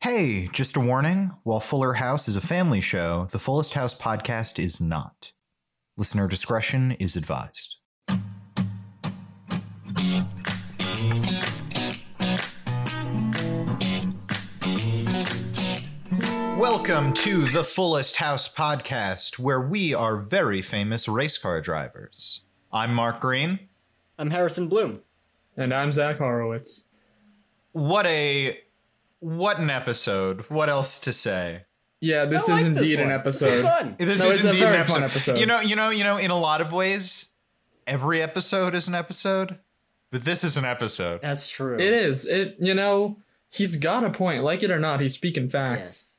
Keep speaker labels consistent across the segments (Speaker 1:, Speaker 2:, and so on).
Speaker 1: Hey, just a warning while Fuller House is a family show, the Fullest House podcast is not. Listener discretion is advised. Welcome to the Fullest House podcast, where we are very famous race car drivers. I'm Mark Green.
Speaker 2: I'm Harrison Bloom.
Speaker 3: And I'm Zach Horowitz.
Speaker 1: What a what an episode. What else to say?
Speaker 3: Yeah, this
Speaker 2: I
Speaker 3: is
Speaker 2: like
Speaker 3: indeed
Speaker 2: one.
Speaker 3: an
Speaker 2: It's
Speaker 3: episode.
Speaker 2: fun.
Speaker 1: This
Speaker 3: No,
Speaker 1: is
Speaker 3: it's a
Speaker 1: indeed
Speaker 3: very
Speaker 1: an
Speaker 3: fun episode.
Speaker 1: You know, you know, you know. In a lot of ways, every episode is an episode, but this is an episode.
Speaker 2: That's true.
Speaker 3: It is. It you know, he's got a point. Like it or not, he's speaking facts.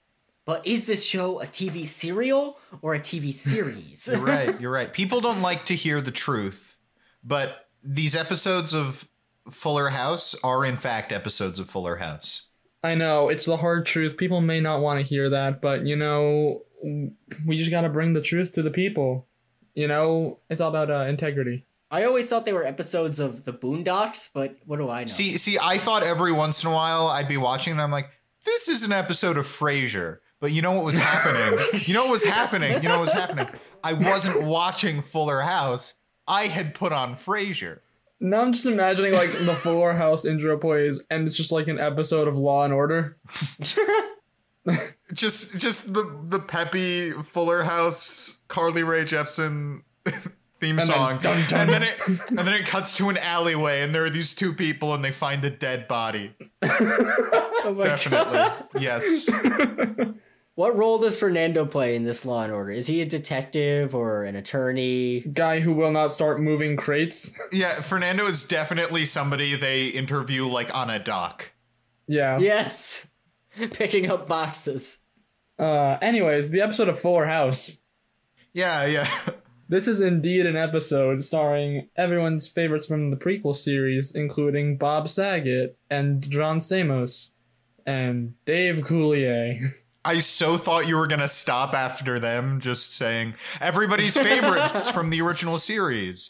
Speaker 2: But is this show a TV serial or a TV series?
Speaker 1: You're right. You're right. People don't like to hear the truth, but these episodes of Fuller House are in fact episodes of Fuller House.
Speaker 3: I know, it's the hard truth. People may not want to hear that, but you know, w- we just got to bring the truth to the people. You know, it's all about uh, integrity.
Speaker 2: I always thought they were episodes of The Boondocks, but what do I know?
Speaker 1: See, see, I thought every once in a while I'd be watching and I'm like, this is an episode of Frasier. But you know what was happening? you know what was happening? You know what was happening? I wasn't watching Fuller House. I had put on Frasier.
Speaker 3: Now I'm just imagining like the Fuller House intro plays, and it's just like an episode of Law and Order.
Speaker 2: Oh
Speaker 1: just just the the peppy Fuller House Carly Rae Jepsen theme
Speaker 3: then
Speaker 1: song,
Speaker 3: dun, dun.
Speaker 1: and then it and then it cuts to an alleyway, and there are these two people, and they find a dead body.
Speaker 2: Oh my
Speaker 1: Definitely,
Speaker 2: God.
Speaker 1: yes.
Speaker 2: What role does Fernando play in this Law and Order? Is he a detective or an attorney?
Speaker 3: Guy who will not start moving crates.
Speaker 1: Yeah, Fernando is definitely somebody they interview like on a dock.
Speaker 3: yeah.
Speaker 2: Yes, picking up boxes.
Speaker 3: Uh, anyways, the episode of Fuller House.
Speaker 1: Yeah, yeah.
Speaker 3: This is indeed an episode starring everyone's favorites from the prequel series, including Bob Saget and John Stamos and Dave Coulier.
Speaker 1: I so thought you were gonna stop after them, just saying everybody's favorites from the original series: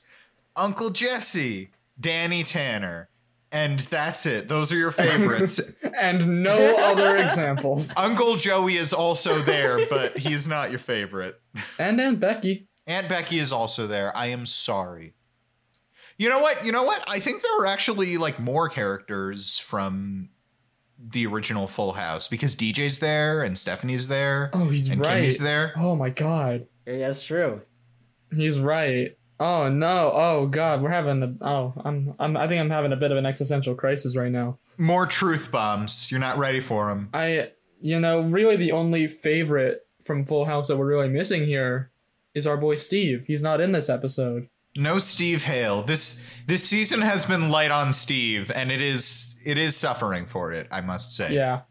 Speaker 1: Uncle Jesse, Danny Tanner, and that's it. Those are your favorites.
Speaker 3: and no other examples.
Speaker 1: Uncle Joey is also there, but he's not your favorite.
Speaker 3: And Aunt Becky.
Speaker 1: Aunt Becky is also there. I am sorry. You know what? You know what? I think there are actually like more characters from the original Full House because DJ's there and Stephanie's there
Speaker 3: Oh, he's
Speaker 1: and
Speaker 3: right.
Speaker 1: Kimmy's there.
Speaker 3: Oh my god.
Speaker 2: Yeah, that's true.
Speaker 3: He's right. Oh no. Oh god, we're having a oh, I'm I'm I think I'm having a bit of an existential crisis right now.
Speaker 1: More truth bombs. You're not ready for them.
Speaker 3: I, you know, really the only favorite from Full House that we're really missing here is our boy Steve. He's not in this episode.
Speaker 1: No Steve Hale. This this season has been light on Steve, and it is it is suffering for it. I must say.
Speaker 3: Yeah.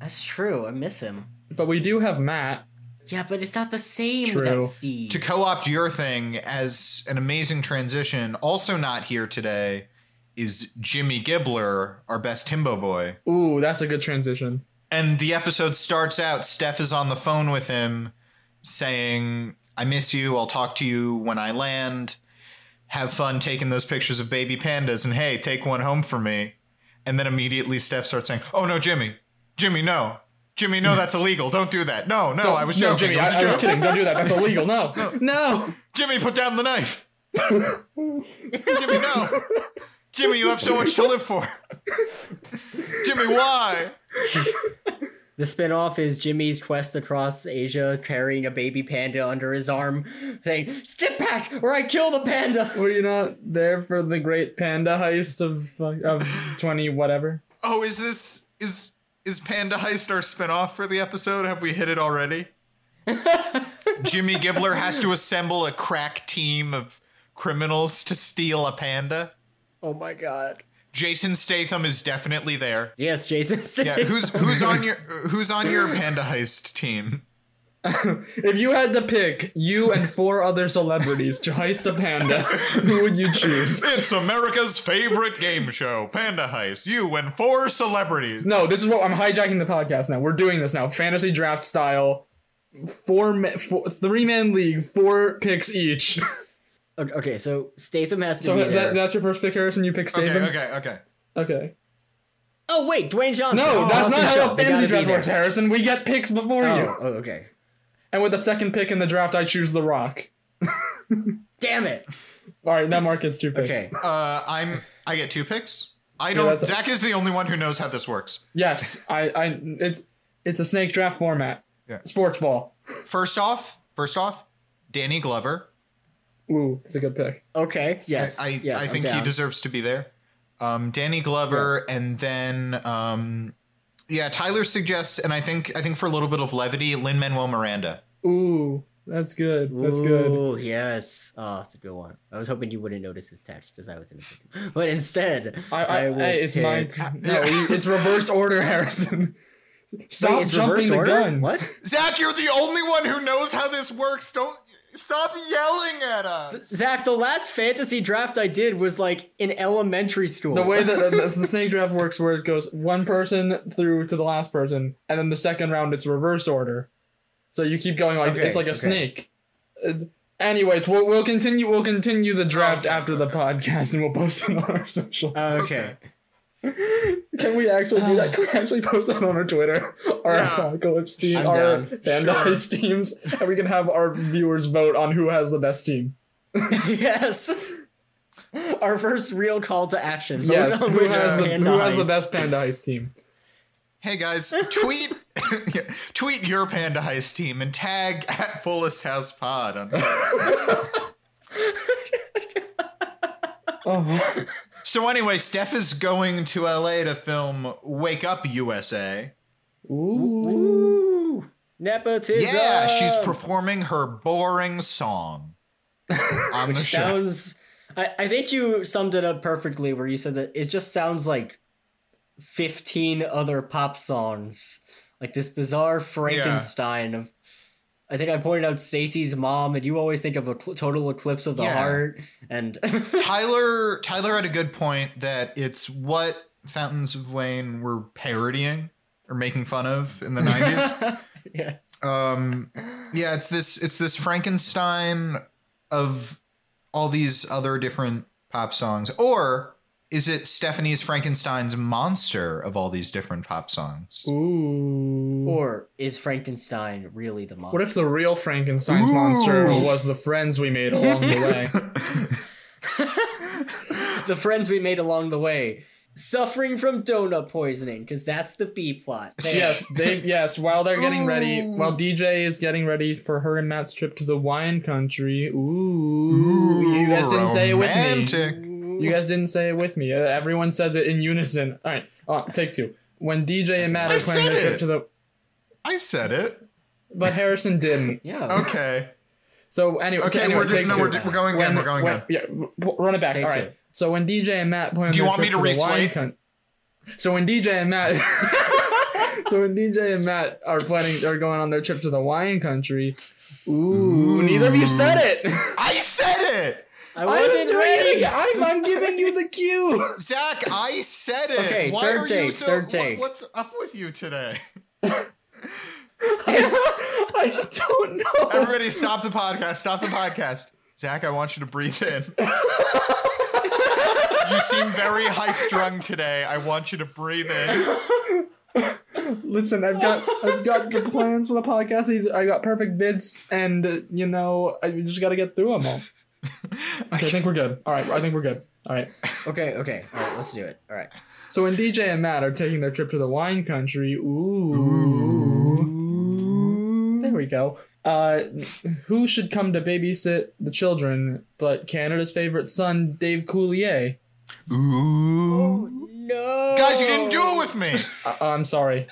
Speaker 2: That's true. I miss him.
Speaker 3: But we do have Matt.
Speaker 2: Yeah, but it's not the same
Speaker 3: True.
Speaker 2: without Steve.
Speaker 1: to co-opt your thing as an amazing transition also not here today is jimmy gibbler our best timbo boy
Speaker 3: Ooh, that's a good transition.
Speaker 1: and the episode starts out steph is on the phone with him saying i miss you i'll talk to you when i land have fun taking those pictures of baby pandas and hey take one home for me and then immediately steph starts saying oh no jimmy jimmy no jimmy no that's illegal don't do that no no i was
Speaker 3: no,
Speaker 1: joking
Speaker 3: Jimmy,
Speaker 1: it was
Speaker 3: I,
Speaker 1: a
Speaker 3: I
Speaker 1: joke
Speaker 3: was kidding. Don't do that. That's illegal. No. no.
Speaker 1: Jimmy, put down the knife. Jimmy, no. Jimmy, you have so much to live for. Jimmy, why?
Speaker 2: The spinoff is Jimmy's quest across Asia carrying a baby panda under his arm, saying, Step back or I kill the panda!
Speaker 3: Were you not there for the great panda heist of uh, of 20 whatever?
Speaker 1: Oh, is this is is Panda Heist our spinoff for the episode? Have we hit it already? Jimmy Gibbler has to assemble a crack team of criminals to steal a panda.
Speaker 2: Oh my god.
Speaker 1: Jason Statham is definitely there.
Speaker 2: Yes, Jason.
Speaker 1: Yeah, who's who's on your who's on your Panda Heist team?
Speaker 3: If you had to pick you and four other celebrities to heist a panda, who would you choose?
Speaker 1: It's America's favorite game show, Panda Heist. You and four celebrities.
Speaker 3: No, this is what I'm hijacking the podcast now. We're doing this now, fantasy draft style. Four, ma- four three man league, four picks each.
Speaker 2: O- Okay, so Statham has to
Speaker 3: So
Speaker 2: be
Speaker 3: that,
Speaker 2: there.
Speaker 3: that's your first pick, Harrison. You pick
Speaker 1: Okay,
Speaker 3: Statham.
Speaker 1: okay, okay.
Speaker 3: okay.
Speaker 2: Oh wait, Dwayne Johnson.
Speaker 3: No,
Speaker 2: Oh,
Speaker 3: that's not
Speaker 2: Johnson
Speaker 3: how
Speaker 2: Shaw.
Speaker 3: a
Speaker 2: They gotta
Speaker 3: fantasy
Speaker 2: be
Speaker 3: draft
Speaker 2: there.
Speaker 3: works, Harrison. We get picks before
Speaker 2: Oh,
Speaker 3: you.
Speaker 2: oh, okay.
Speaker 3: And with the second pick in the draft, I choose The Rock.
Speaker 2: Damn it.
Speaker 3: All right, now Mark gets two picks.
Speaker 2: Okay.
Speaker 1: Uh, I'm. I get two picks. I
Speaker 3: Yeah,
Speaker 1: don't.
Speaker 3: that's-
Speaker 1: Zach is the only one who knows how this works.
Speaker 3: Yes, I, I, it's, it's a snake draft format.
Speaker 1: Yeah.
Speaker 3: Sports ball.
Speaker 1: First off, first off, Danny Glover.
Speaker 3: Ooh, it's a good pick.
Speaker 2: Okay. Yes.
Speaker 1: I
Speaker 2: yes,
Speaker 1: I
Speaker 2: I'm
Speaker 1: think he
Speaker 2: down.
Speaker 1: deserves to be there. Um, Danny Glover, and then um, yeah, Tyler suggests, and I think I think for a little bit of levity, Lin Manuel Miranda.
Speaker 3: Ooh, that's good. That's good.
Speaker 2: Ooh, yes. Oh, that's a good one. I was hoping you wouldn't notice his text because I was going to pick him. But instead,
Speaker 3: I, I,
Speaker 2: will
Speaker 3: hey, it's
Speaker 2: pick-
Speaker 3: my. No, you- it's reverse order, Harrison. Stop
Speaker 2: Wait, it's
Speaker 3: jumping
Speaker 2: reverse
Speaker 3: the
Speaker 2: order?
Speaker 3: gun.
Speaker 2: What?
Speaker 1: Zach, you're the only one who knows how this works. Don't stop yelling at us.
Speaker 2: Zach, the last fantasy draft I did was like in elementary school.
Speaker 3: The way that the, the snake draft works, where it goes one person through to the last person, and then the second round it's reverse order, so you keep going like
Speaker 2: Okay,
Speaker 3: it's like a
Speaker 2: okay.
Speaker 3: snake. Uh, anyways, we'll, we'll continue. We'll continue the draft
Speaker 1: Okay,
Speaker 3: after the
Speaker 1: okay.
Speaker 3: podcast, and we'll post it on our socials.
Speaker 2: Okay.
Speaker 3: Can we actually do that? Can we actually post that on our Twitter? Our
Speaker 1: Yeah.
Speaker 3: apocalypse team,
Speaker 2: I'm
Speaker 3: our
Speaker 2: down.
Speaker 3: vandalized teams, and we can have our viewers vote on who has the best team.
Speaker 2: yes. Our first real call to action. Vote
Speaker 3: yes,
Speaker 2: on
Speaker 3: who
Speaker 2: which
Speaker 3: has, the,
Speaker 2: hand
Speaker 3: who has the
Speaker 2: dies.
Speaker 3: best panda heist team?
Speaker 1: Hey guys, tweet yeah, tweet your Panda Heist team and tag at Fullest House Pod. On-
Speaker 3: Oh,
Speaker 1: so anyway, Steph is going to LA to film Wake Up USA.
Speaker 3: ooh.
Speaker 2: Ooh, nepotism.
Speaker 1: Yeah, she's
Speaker 3: uh,
Speaker 1: performing her boring song on the show.
Speaker 2: sounds. I, I think you summed it up perfectly where you said that it just sounds like 15 other pop songs. Like this bizarre Frankenstein of. I think I pointed out Stacy's mom, and you always think of a cl- total eclipse of the
Speaker 1: Yeah.
Speaker 2: heart. And
Speaker 1: Tyler Tyler had a good point that it's what Fountains of Wayne were parodying or making fun of in the 90s.
Speaker 2: yes.
Speaker 1: um yeah it's this it's this frankenstein of all these other different pop songs or is it stephanie's frankenstein's monster of all these different pop songs
Speaker 3: Ooh.
Speaker 2: Or is Frankenstein really the mom?
Speaker 3: what if the real Frankenstein's monster was the friends we made along the way?
Speaker 2: the friends we made along the way suffering from donut poisoning? Because that's the B plot. There.
Speaker 3: yes, they yes, while they're getting ready,
Speaker 1: Ooh.
Speaker 3: while DJ is getting ready for her and Matt's trip to the wine country. Ooh. you guys didn't say it with me.
Speaker 1: Romantic.
Speaker 3: You guys didn't say it with me. Uh, Everyone says it in unison. All right. Uh, take two. When DJ and Matt
Speaker 1: I
Speaker 3: are planning
Speaker 1: said
Speaker 3: their
Speaker 1: it.
Speaker 3: trip to the
Speaker 1: i said it
Speaker 3: but Harrison didn't.
Speaker 2: yeah.
Speaker 1: okay
Speaker 3: So anyway,
Speaker 1: okay
Speaker 3: anyway,
Speaker 1: we're,
Speaker 3: take
Speaker 1: no,
Speaker 3: two.
Speaker 1: we're, we're going
Speaker 3: When-
Speaker 1: again we're going
Speaker 3: when-
Speaker 1: again
Speaker 3: Yeah, w- w- run it back.
Speaker 2: Take
Speaker 3: All
Speaker 2: two.
Speaker 3: right. So when DJ and Matt plan
Speaker 1: Do you
Speaker 3: their
Speaker 1: want me
Speaker 3: trip
Speaker 1: to
Speaker 3: the wine
Speaker 1: reslate?
Speaker 3: coun- so when DJ and Matt, so when DJ and Matt are planning, are going on their trip to the wine country. Ooh, neither of you said it.
Speaker 1: i said it
Speaker 2: I
Speaker 3: I was
Speaker 2: wasn't
Speaker 3: doing
Speaker 2: ready.
Speaker 3: it again. I'm, I'm giving you the cue.
Speaker 1: zach i said it
Speaker 2: Okay,
Speaker 1: Why
Speaker 2: third
Speaker 1: are you
Speaker 2: take,
Speaker 1: so,
Speaker 2: third
Speaker 1: what-
Speaker 2: take.
Speaker 1: what's up with you today
Speaker 3: I don't know.
Speaker 1: Everybody, stop the podcast. Stop the podcast. Zach, I want you to breathe in. you seem very high strung today. I want you to breathe in.
Speaker 3: Listen, I've got I've got the plans for the podcast. These I got perfect bits, and uh, you know I we just got to get through them all. Okay, I think we're good. All right, I think we're good. All right.
Speaker 2: Okay, okay. All right, let's do it. All right.
Speaker 3: So when DJ and Matt are taking their trip to the wine country, ooh, there we go. Uh, who should come to babysit the children but Canada's favorite son, Dave Coulier?
Speaker 1: Ooh.
Speaker 2: No.
Speaker 1: Guys, you didn't do it with me.
Speaker 3: Uh, I'm sorry.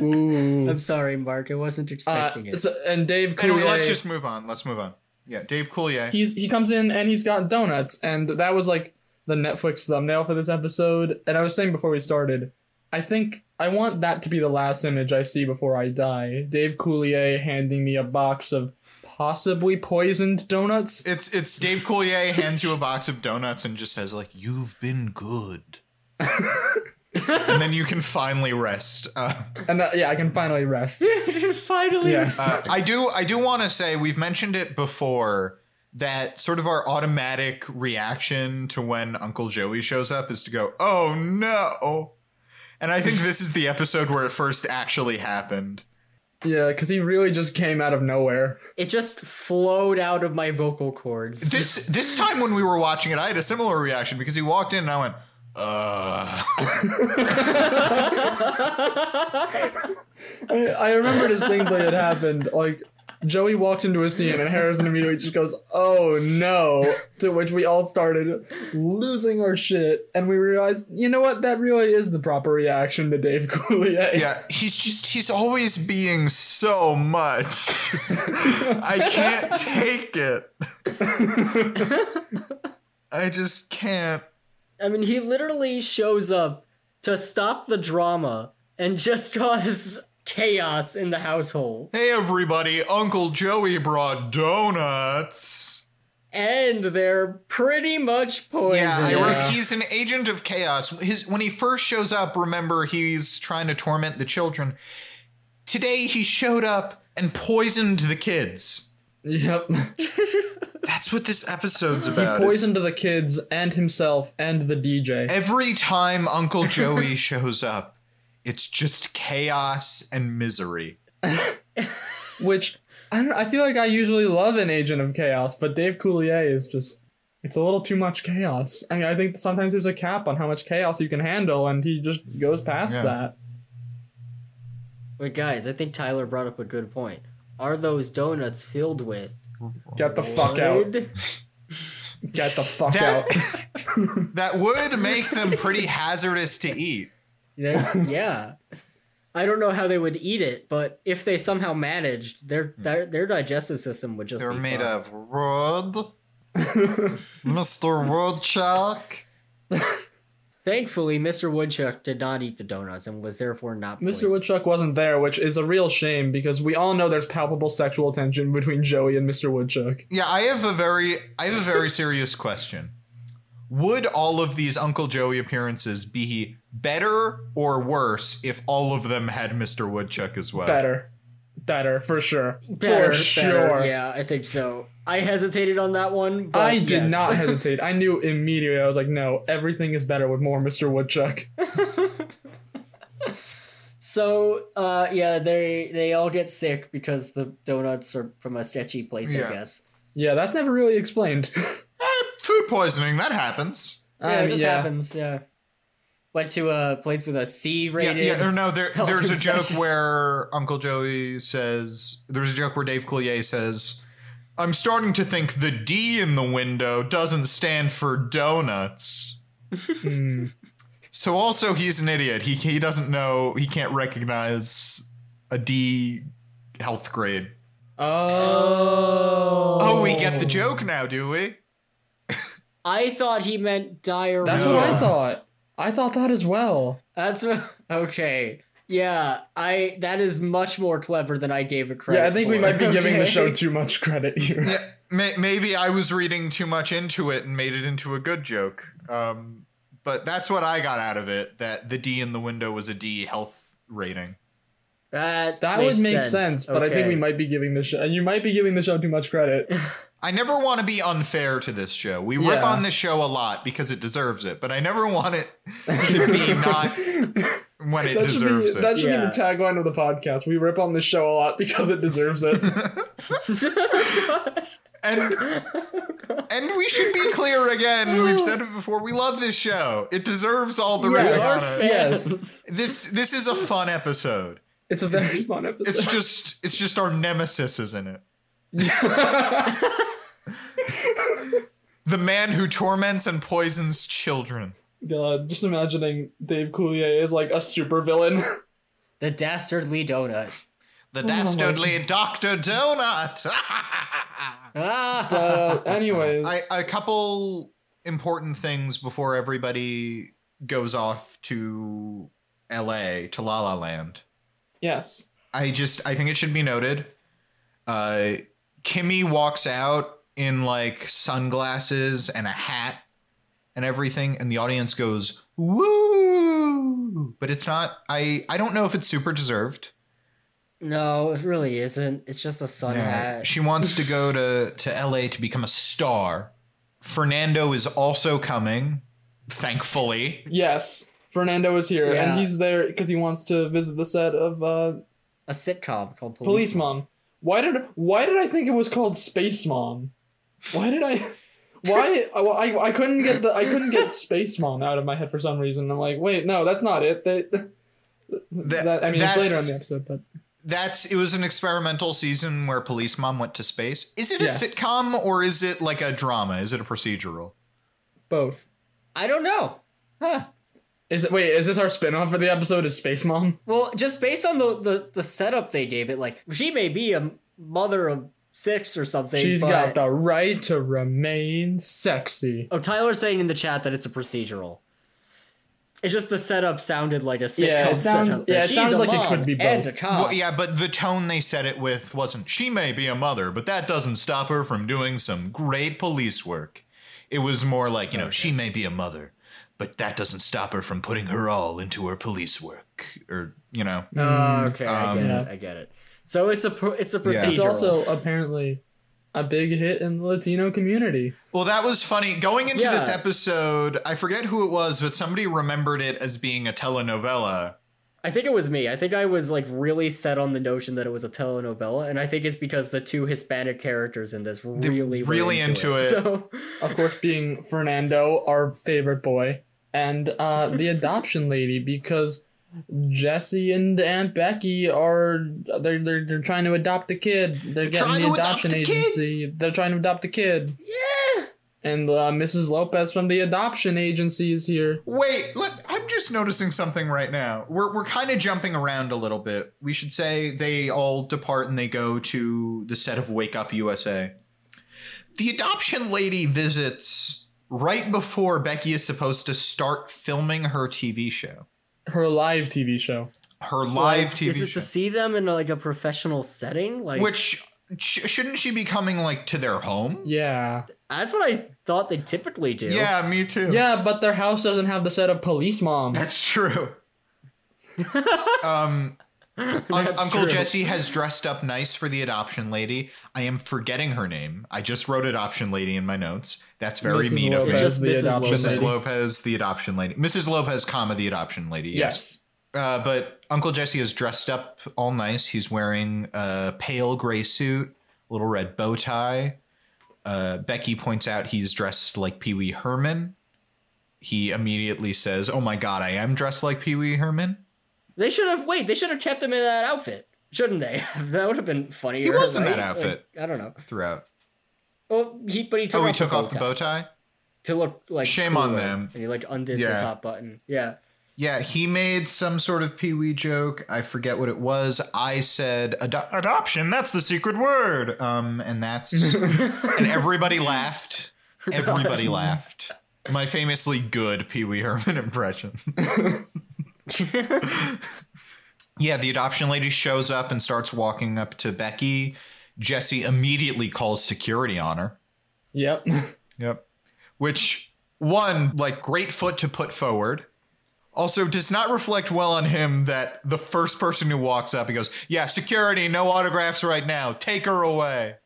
Speaker 3: Ooh.
Speaker 2: I'm sorry, Mark. I wasn't
Speaker 3: Uh,
Speaker 2: expecting it.
Speaker 3: so- and Dave Coulier.
Speaker 1: Anyway, let's just move on. Let's move on. Yeah, Dave Coulier.
Speaker 3: he's he comes in and he's got donuts and that was like the netflix thumbnail for this episode and i was saying before we started i think i want that to be the last image i see before i die dave coulier handing me a box of possibly poisoned donuts
Speaker 1: It's it's Dave Coulier hands you a box of donuts and just says like, "You've been good," and then you can finally rest. Uh,
Speaker 3: and that, yeah i can finally rest
Speaker 2: Finally.
Speaker 3: yes
Speaker 1: Uh, I do I do want to say we've mentioned it before that sort of our automatic reaction to when Uncle Joey shows up is to go, "Oh no." And I think this is the episode where it first actually happened.
Speaker 3: Yeah, because he really just came out of nowhere.
Speaker 2: It just flowed out of my vocal cords.
Speaker 1: This this time when we were watching it, I had a similar reaction because he walked in and I went, uh
Speaker 3: I, I remember distinctly it happened. Like Joey walked into a scene and Harrison immediately just goes, "Oh no!" To which we all started losing our shit, and we realized, you know what? That really is the proper reaction to Dave Coulier.
Speaker 1: Yeah, he's just he's always being so much. I can't take it. I just can't.
Speaker 2: I mean, he literally shows up to stop the drama and just cause chaos in the household.
Speaker 1: Hey everybody, Uncle Joey brought donuts.
Speaker 2: And they're pretty much poisoned.
Speaker 1: Yeah, I
Speaker 3: Yeah.
Speaker 1: work- he's an agent of chaos. His when he first shows up, remember he's trying to torment the children. Today he showed up and poisoned the kids.
Speaker 3: Yep. He
Speaker 1: That's what this episode's about. It's-
Speaker 3: poisoned the kids and himself and the DJ.
Speaker 1: Every time Uncle Joey shows up, it's just chaos and misery.
Speaker 3: Which I don't. I feel like I usually love an agent of chaos, but Dave Coulier is just. It's a little too much chaos. I mean, I think sometimes there's a cap on how much chaos you can handle, and he just goes past
Speaker 1: Yeah.
Speaker 3: that.
Speaker 2: But guys, I think Tyler brought up a good point. Are those donuts filled with
Speaker 3: Get the fuck out.
Speaker 2: wood?
Speaker 3: Get the fuck
Speaker 1: That,
Speaker 3: out.
Speaker 1: that would make them pretty hazardous to eat.
Speaker 2: They're- yeah. I don't know how they would eat it, but if they somehow managed, their their, their digestive system would just
Speaker 1: Hmm. They're
Speaker 2: be
Speaker 1: made
Speaker 2: fucked.
Speaker 1: of wood. Mr. Woodchuck.
Speaker 2: Thankfully, Mr. Woodchuck did not eat the donuts and was therefore not
Speaker 3: Mr.
Speaker 2: poisoned.
Speaker 3: Woodchuck wasn't there, which is a real shame because we all know there's palpable sexual tension between Joey and Mr. Woodchuck.
Speaker 1: Yeah, I have a very I have a very serious question. Would all of these Uncle Joey appearances be better or worse if all of them had Mr. Woodchuck as well?
Speaker 3: Better. Better, for sure.
Speaker 2: Better,
Speaker 3: for
Speaker 2: better.
Speaker 3: sure.
Speaker 2: Yeah, I think so. I hesitated on that one. But
Speaker 3: I did
Speaker 2: yes.
Speaker 3: not hesitate. I knew immediately. I was like, no, everything is better with more Mr. Woodchuck.
Speaker 2: So, uh, yeah, they they all get sick because the donuts are from a sketchy place,
Speaker 1: Yeah.
Speaker 2: I guess.
Speaker 3: Yeah, that's never really explained.
Speaker 1: Eh, food poisoning, that happens.
Speaker 2: Yeah,
Speaker 3: Um,
Speaker 2: it just happens. Yeah. Went to a place with a C
Speaker 1: Yeah,
Speaker 2: rated.
Speaker 1: yeah, or no, there,
Speaker 2: Health
Speaker 1: there's a joke
Speaker 2: concession.
Speaker 1: where Uncle Joey says, there's a joke where Dave Coulier says, I'm starting to think the D in the window doesn't stand for donuts.
Speaker 3: Hmm.
Speaker 1: So also he's an idiot. He he doesn't know. He can't recognize a D health grade.
Speaker 3: Oh.
Speaker 1: Oh, we get the joke now, do we?
Speaker 2: I thought he meant diarrhea.
Speaker 3: That's what I thought. I thought that as well.
Speaker 2: That's what- okay. Yeah, I that is much more clever than I gave it credit.
Speaker 3: yeah, I think we
Speaker 2: for.
Speaker 3: might be giving the
Speaker 2: Okay.
Speaker 3: show too much credit here.
Speaker 1: Yeah. May, maybe I was reading too much into it and made it into a good joke. Um, but that's what I got out of it. That the D in the window was a D health rating.
Speaker 2: That
Speaker 3: That
Speaker 2: makes
Speaker 3: would make sense, but I think we
Speaker 2: Okay.
Speaker 3: might be giving the show. You might be giving the show too much credit.
Speaker 1: I never want to be unfair to this show. We rip
Speaker 3: Yeah.
Speaker 1: on this show a lot because it deserves it, but I never want it to be not when it
Speaker 3: that should be,
Speaker 1: deserves
Speaker 3: that
Speaker 1: it.
Speaker 3: should be
Speaker 2: Yeah.
Speaker 3: the tagline of the podcast. We rip on this show a lot because it deserves it.
Speaker 1: And And we should be clear again. We've said it before. We love this show. It deserves all the
Speaker 3: Yes.
Speaker 1: rip
Speaker 2: Our
Speaker 1: on it.
Speaker 3: Yes.
Speaker 2: fans.
Speaker 1: This this is a fun episode.
Speaker 3: It's a very fun episode.
Speaker 1: It's just it's just our nemesis is in it. The man who torments and poisons children.
Speaker 3: God, just imagining Dave Coulier is like a super villain.
Speaker 2: The dastardly donut.
Speaker 1: The
Speaker 3: Oh my
Speaker 1: dastardly Doctor Donut.
Speaker 2: Ah,
Speaker 3: Uh, anyways,
Speaker 1: I, a couple important things before everybody goes off to L.A. to La La Land.
Speaker 3: yes,
Speaker 1: I just I think it should be noted. Uh, Kimmy walks out in like sunglasses and a hat and everything, and the audience goes woo. But it's not. I I don't know if it's super deserved.
Speaker 2: no, it really isn't. It's just a sun hat.
Speaker 1: She wants to go to to L.A. to become a star. Fernando is also coming, thankfully.
Speaker 3: yes. Fernando is here,
Speaker 2: Yeah.
Speaker 3: and he's there because he wants to visit the set of uh,
Speaker 2: A sitcom called Police,
Speaker 3: Police Mom. Why did Why did I think it was called Space Mom? Why did I? Why I, I, I couldn't get the I couldn't get Space Mom out of my head for some reason. I'm like, wait, no, that's not it. They, that, I mean, it's later
Speaker 1: that's-
Speaker 3: in the episode, but
Speaker 1: That's it was an experimental season where Police Mom went to space. Is it a
Speaker 3: Yes.
Speaker 1: sitcom or is it like a drama? Is it a procedural?
Speaker 3: both.
Speaker 2: I don't know. Huh.
Speaker 3: Is it? Wait, is this our spin-off for the episode? Is Space Mom?
Speaker 2: Well, just based on the, the, the setup they gave it, like she may be a mother of six or something.
Speaker 3: She's
Speaker 2: but...
Speaker 3: got the right to remain sexy.
Speaker 2: Oh, Tyler's saying in the chat that it's a procedural. It's just the setup sounded like a sitcom.
Speaker 3: Yeah, it sounds-
Speaker 2: setup. that
Speaker 3: yeah, it
Speaker 2: she's
Speaker 3: sounds
Speaker 2: a
Speaker 3: like it
Speaker 2: mom
Speaker 3: could be
Speaker 2: And
Speaker 3: both.
Speaker 2: a cop.
Speaker 1: Well, yeah, but the tone they said it with wasn't she may be a mother, but that doesn't stop her from doing some great police work. It was more like, you know, she may be a mother, but that doesn't stop her from putting her all into her police work or, you know.
Speaker 2: Oh, okay, I get
Speaker 3: um,
Speaker 2: it. I get it. So it's a pro- it's a procedural.
Speaker 1: Yeah.
Speaker 3: It's also apparently a big hit in the Latino community.
Speaker 1: Well, that was funny. Going into this
Speaker 2: Yeah.
Speaker 1: episode, I forget who it was, but somebody remembered it as being a telenovela.
Speaker 2: I think it was me. I think I was like really set on the notion that it was a telenovela, and I think it's because the two Hispanic characters in this really were
Speaker 1: really into it.
Speaker 2: So
Speaker 3: Of course, being Fernando, our favorite boy, and uh, the adoption lady, because Jesse and Aunt Becky are they're they're, they're trying to adopt the kid. They're getting
Speaker 1: trying
Speaker 3: the
Speaker 1: to adopt
Speaker 3: adoption
Speaker 1: the kid?
Speaker 3: agency. They're trying to adopt the kid.
Speaker 2: yeah,
Speaker 3: And uh, Mrs. Lopez from the adoption agency is here.
Speaker 1: Wait, let, I'm just noticing something right now. We're, we're kind of jumping around a little bit. We should say they all depart and they go to the set of Wake Up USA. The adoption lady visits right before Becky is supposed to start filming her TV show,
Speaker 3: Her live TV show.
Speaker 1: her live TV
Speaker 2: is it
Speaker 1: show.
Speaker 2: to see them in like a professional setting? Like
Speaker 1: Which sh- shouldn't she be coming like to their home?
Speaker 3: Yeah.
Speaker 2: that's what I thought they typically do.
Speaker 1: Yeah, me too.
Speaker 3: Yeah, but their house doesn't have the set of police mom.
Speaker 1: That's true. um, un-
Speaker 2: That's
Speaker 1: Uncle
Speaker 2: true.
Speaker 1: Jesse has dressed up nice for the adoption lady. I am forgetting her name. I just wrote adoption lady in my notes. That's very
Speaker 3: Mrs.
Speaker 1: mean
Speaker 3: Lopez,
Speaker 1: of me.
Speaker 2: It's just
Speaker 3: the
Speaker 2: Mrs.
Speaker 3: adoption
Speaker 2: Lopez.
Speaker 1: Mrs.
Speaker 3: lady.
Speaker 1: Lopez, the adoption lady. Mrs. Lopez, comma, the adoption lady. Yes.
Speaker 3: Yes.
Speaker 1: Uh, but Uncle Jesse is dressed up all nice. He's wearing a pale gray suit, little red bow tie. Uh, Becky points out he's dressed like Pee Wee Herman. He immediately says, "Oh my God, I am dressed like Pee Wee Herman."
Speaker 2: They should have wait. They should have kept him in that outfit, shouldn't they? that would have been funnier.
Speaker 1: He was in
Speaker 2: right?
Speaker 1: that outfit.
Speaker 2: Like, I don't know.
Speaker 1: Throughout,
Speaker 2: Well, he but he took
Speaker 1: oh,
Speaker 2: off
Speaker 1: he took
Speaker 2: the
Speaker 1: off the
Speaker 2: bow
Speaker 1: bow tie.
Speaker 2: tie to look like
Speaker 1: Shame on them.
Speaker 2: And he like undid
Speaker 1: Yeah.
Speaker 2: the top button. Yeah.
Speaker 1: Yeah, he made some sort of Pee Wee joke. I forget what it was. I said "Ado- adoption. That's the secret word. Um, and that's and everybody laughed. Everybody laughed. My famously good Pee Wee Herman impression. yeah, the adoption lady shows up and starts walking up to Becky. Jesse immediately calls security on her.
Speaker 3: Yep.
Speaker 1: Yep. Which one, like great foot to put forward. Also, does not reflect well on him that the first person who walks up, he goes, "Yeah, security, no autographs right now. Take her away."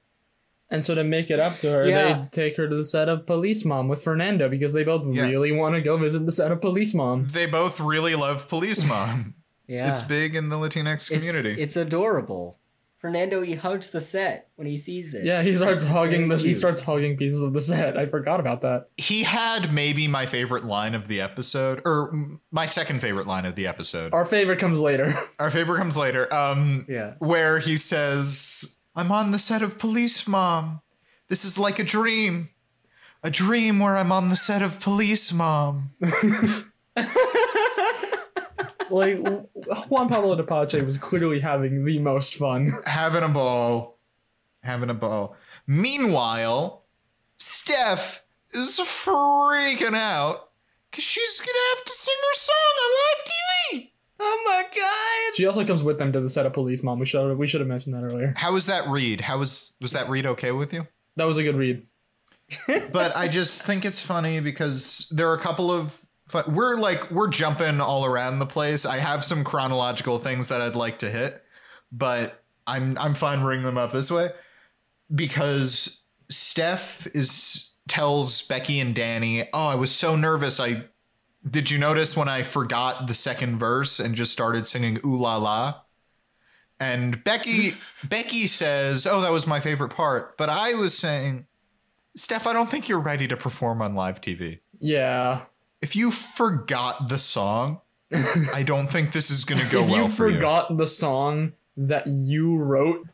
Speaker 3: And so to make it up to her,
Speaker 2: Yeah.
Speaker 3: they take her to the set of Police Mom with Fernando because they both
Speaker 1: Yeah.
Speaker 3: really want to go visit the set of Police Mom.
Speaker 1: They both really love Police Mom.
Speaker 2: yeah.
Speaker 1: It's big in the Latinx
Speaker 2: It's-
Speaker 1: community.
Speaker 2: It's, adorable. Fernando he hugs the set when he sees it.
Speaker 3: Yeah, he starts hugging the
Speaker 2: very
Speaker 3: he
Speaker 2: cute.
Speaker 3: starts hugging pieces of the set. I forgot about that.
Speaker 1: he had maybe my favorite line of the episode, or mm, my second favorite line of the episode.
Speaker 3: Our favorite comes later.
Speaker 1: Our favorite comes later. Um,
Speaker 2: Yeah.
Speaker 1: where he says, I'm on the set of Police Mom. This is like a dream. A dream where I'm on the set of Police Mom.
Speaker 3: like Juan Pablo Apache was clearly having the most fun.
Speaker 1: Having a ball. Having a ball. Meanwhile, Steph is freaking out because she's going to have to sing her song on live TV.
Speaker 2: Oh my god.
Speaker 3: She also comes with them to the set of Police Mom. We should we should have mentioned that earlier.
Speaker 1: How was that read? How was was that read okay with you?
Speaker 3: That was a good read.
Speaker 1: but I just think it's funny because there are a couple of fun, we're like we're jumping all around the place. I have some chronological things that I'd like to hit, but I'm I'm fine bringing them up this way because Steph is tells Becky and Danny, "Oh, I was so nervous I Did you notice when I forgot the second verse and just started singing "Ooh la la"? And Becky Becky says, "Oh, that was my favorite part," but I was saying, "Steph, I don't think you're ready to perform on live TV.
Speaker 3: Yeah.
Speaker 1: If you forgot the song, I don't think this is going to go
Speaker 3: if
Speaker 1: well
Speaker 3: you
Speaker 1: for you."
Speaker 3: forgot the song that you wrote,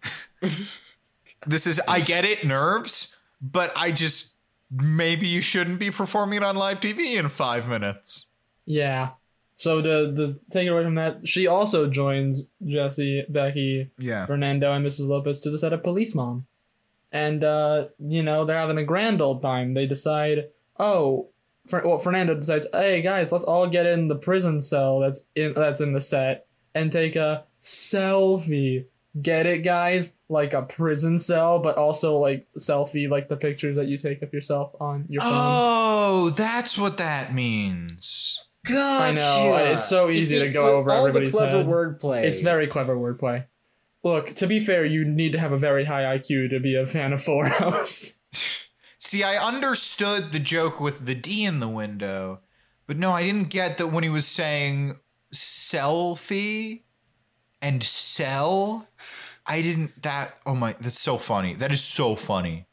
Speaker 1: This is I get it, nerves, but I just maybe you shouldn't be performing it on live TV in 5 minutes.
Speaker 3: yeah. So to to take it away from that, she also joins Jesse, Becky,
Speaker 1: Yeah.
Speaker 3: Fernando, and Mrs. Lopez to the set of Police Mom, and uh, you know they're having a grand old time. They decide, oh, Fer- well, Fernando decides, hey guys, let's all get in the prison cell that's in that's in the set and take a selfie. Get it, guys? Like a prison cell, but also like selfie, like the pictures that you take of yourself on your phone.
Speaker 1: Oh, that's what that means.
Speaker 2: Gotcha.
Speaker 3: I know, it's so
Speaker 2: You
Speaker 3: easy to go
Speaker 2: with
Speaker 3: over
Speaker 2: all
Speaker 3: everybody's
Speaker 2: the clever
Speaker 3: head.
Speaker 2: wordplay.
Speaker 3: It's very clever wordplay. Look, to be fair, you need to have a very high IQ to be a fan of Full House.
Speaker 1: See, I understood the joke with the D in the window, but no, I didn't get that when he was saying selfie and sell. I didn't that oh my that's so funny. That is so funny.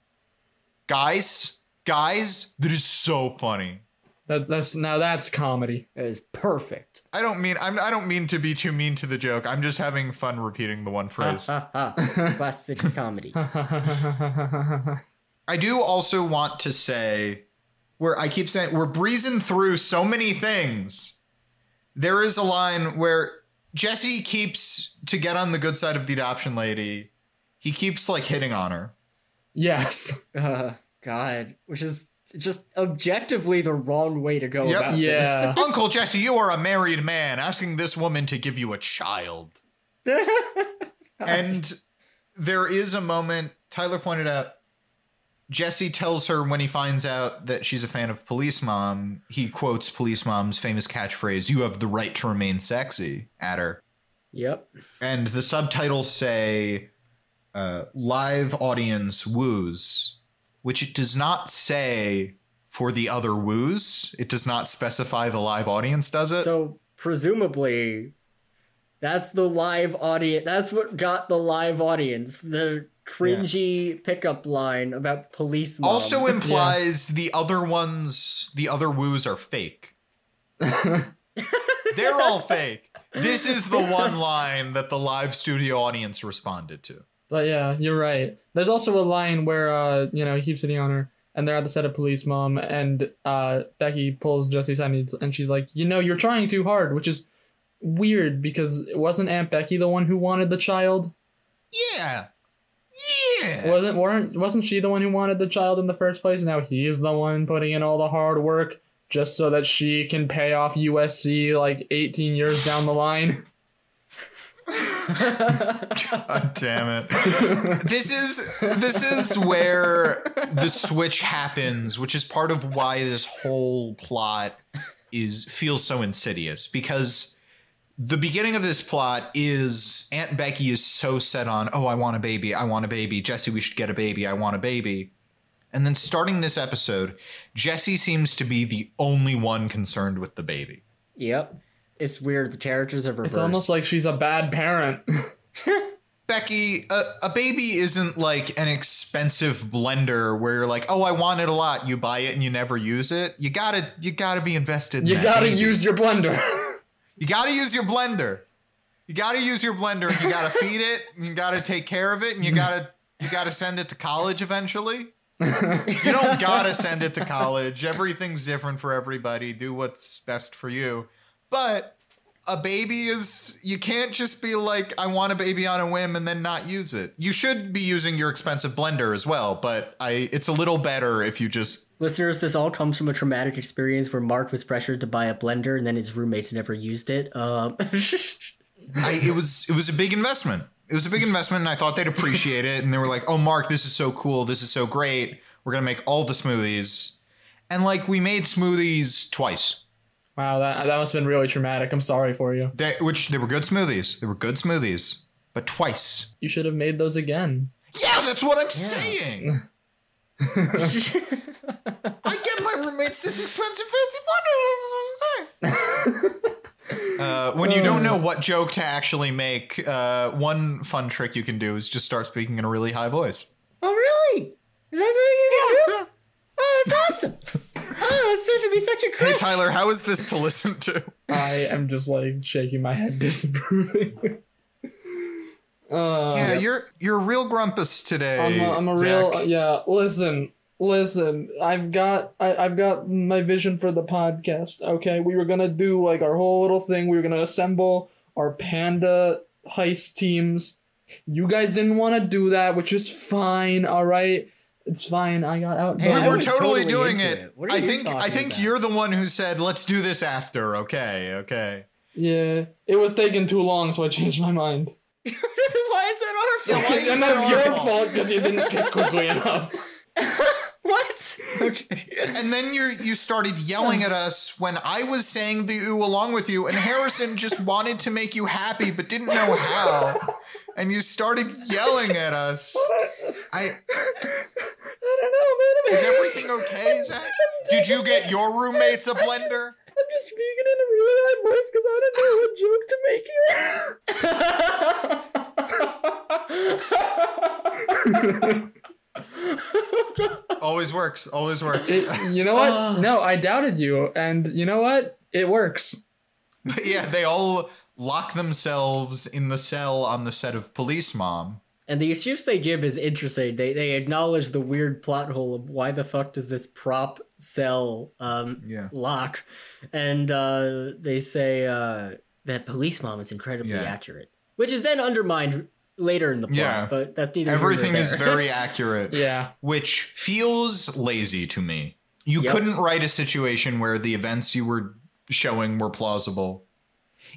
Speaker 1: Guys, guys, that is so funny.
Speaker 3: That, that's now that's comedy.
Speaker 2: It's perfect.
Speaker 1: I don't mean I'm I don't mean to be too mean to the joke. I'm just having fun repeating the one phrase.
Speaker 2: Ha, ha, ha. Classic comedy.
Speaker 1: I do also want to say where I keep saying we're breezing through so many things. There is a line where Jesse keeps to get on the good side of the adoption lady. He keeps like hitting on her.
Speaker 3: yes.
Speaker 2: Uh, God, which is just objectively the wrong way to go
Speaker 1: Yep.
Speaker 2: about
Speaker 3: Yeah.
Speaker 1: Uncle Jesse, you are a married man asking this woman to give you a child.
Speaker 2: this.
Speaker 1: And there is a moment Tyler pointed out Jesse tells her when he finds out that she's a fan of Police Mom, he quotes Police Mom's famous catchphrase, You have the right to remain sexy, at her.
Speaker 2: yep.
Speaker 1: And the subtitles say, uh, Live audience woos, which it does not say for the other woos. It does not specify the live audience, does it?
Speaker 2: So presumably, that's the live audience. That's what got the live audience. The cringy pickup line about police. Mom.
Speaker 1: also implies the other ones, the other woos are fake. They're all fake. This is the one line that the live studio audience responded to.
Speaker 3: But yeah, you're right. There's also a line where uh, you know, he keeps hitting on her and they're at the set of police mom and uh Becky pulls Jesse's hand and- and she's like, you know, you're trying too hard, which is weird because wasn't Aunt Becky the one who wanted the child?
Speaker 1: Yeah. Yeah.
Speaker 3: Wasn't weren't wasn't she the one who wanted the child in the first place? Now he's the one putting in all the hard work just so that she can pay off USC like 18 years down the line.
Speaker 1: God damn it. this is this is where the switch happens, which is part of why this whole plot is feels so insidious because the beginning of this plot is Aunt Becky is so set on, "Oh, I want a baby. I want a baby. Jesse, we should get a baby. I want a baby." And then starting this episode, Jesse seems to be the only one concerned with the baby.
Speaker 2: Yep. It's weird. The characters are reversed.
Speaker 3: It's almost like she's a bad parent.
Speaker 1: Becky, a, a baby isn't like an expensive blender where you're like, oh, I want it a lot. You buy it and you never use it. You gotta, you gotta be invested. In
Speaker 3: you
Speaker 1: that
Speaker 3: gotta
Speaker 1: baby.
Speaker 3: use your blender.
Speaker 1: You gotta use your blender. You gotta use your blender. And you gotta feed it. And you gotta take care of it. And you gotta, you gotta send it to college eventually. you don't gotta send it to college. Everything's different for everybody. Do what's best for you. But a baby is you can't just be like I want a baby on a whim and then not use it. You should be using your expensive blender as well, but I it's a little better if you just
Speaker 2: Listeners, this all comes from a traumatic experience where Mark was pressured to buy a blender and then his roommates never used it. Um,
Speaker 1: I it was it was a big investment. It was a big investment and I thought they'd appreciate it and they were like, "Oh Mark, this is so cool. This is so great. We're going to make all the smoothies." And like we made smoothies twice.
Speaker 3: Wow, that, that must have been really traumatic. I'm sorry for you.
Speaker 1: They, which they were good smoothies. They were good smoothies, but twice.
Speaker 3: You should have made those again.
Speaker 1: Yeah, that's what I'm saying. I get my roommates this expensive fancy Uh, when you don't know what joke to actually make, uh, one fun trick you can do is just start speaking in a really high voice.
Speaker 2: Oh, really? Is that what you're gonna do? Oh, that's awesome. Oh, that's such, be such a
Speaker 1: Hey,
Speaker 2: crush.
Speaker 1: Tyler, how is this to listen to?
Speaker 3: I am just like shaking my head disapproving. uh,
Speaker 1: yeah, you're you're a real grumpus today.
Speaker 3: I'm a, I'm a
Speaker 1: Zach.
Speaker 3: real uh, yeah. Listen, listen. I've got I, I've got my vision for the podcast. Okay, we were gonna do like our whole little thing. We were gonna assemble our panda heist teams. You guys didn't want to do that, which is fine. All right, it's fine. I got out.
Speaker 2: Hey,
Speaker 1: We
Speaker 2: I
Speaker 1: were
Speaker 2: was
Speaker 1: totally,
Speaker 2: totally
Speaker 1: doing
Speaker 2: into
Speaker 1: it.
Speaker 2: it. What are
Speaker 1: I
Speaker 2: you
Speaker 1: think I
Speaker 2: talking
Speaker 1: think
Speaker 2: about?
Speaker 1: you're the one who said, "Let's do this after." Okay, okay.
Speaker 3: yeah, it was taking too long, so I changed my mind.
Speaker 2: Why is that our
Speaker 1: Yeah,
Speaker 2: fault?
Speaker 1: why- is
Speaker 3: and
Speaker 1: that
Speaker 3: that's
Speaker 1: our
Speaker 3: your
Speaker 1: fault?
Speaker 3: fault because you didn't pick quickly enough.
Speaker 2: What? Okay.
Speaker 1: And then you you started yelling at us when I was saying the ooh along with you, and Harrison just wanted to make you happy but didn't know how, and you started yelling at us. I
Speaker 3: I don't know, man. I'm
Speaker 1: is everything okay, Zach? Did you get your roommates a blender?
Speaker 3: I'm just speaking in a really high voice because I don't know what joke to make here.
Speaker 1: Always works. Always works.
Speaker 3: you know
Speaker 2: Ah.
Speaker 3: what? No, I doubted you, and you know what? It works.
Speaker 1: But yeah, they all lock themselves in the cell on the set of Police Mom.
Speaker 2: And the excuse they give is interesting. They they acknowledge the weird plot hole of why the fuck does this prop cell um,
Speaker 1: Yeah.
Speaker 2: lock, and uh, they say uh, that police mom is incredibly
Speaker 1: Yeah.
Speaker 2: accurate, which is then undermined later in the plot.
Speaker 1: Yeah.
Speaker 2: But that's neither. here nor
Speaker 1: Everything is
Speaker 2: there.
Speaker 1: very accurate.
Speaker 3: Yeah.
Speaker 1: which feels lazy to me. You
Speaker 2: Yep.
Speaker 1: couldn't write a situation where the events you were showing were plausible.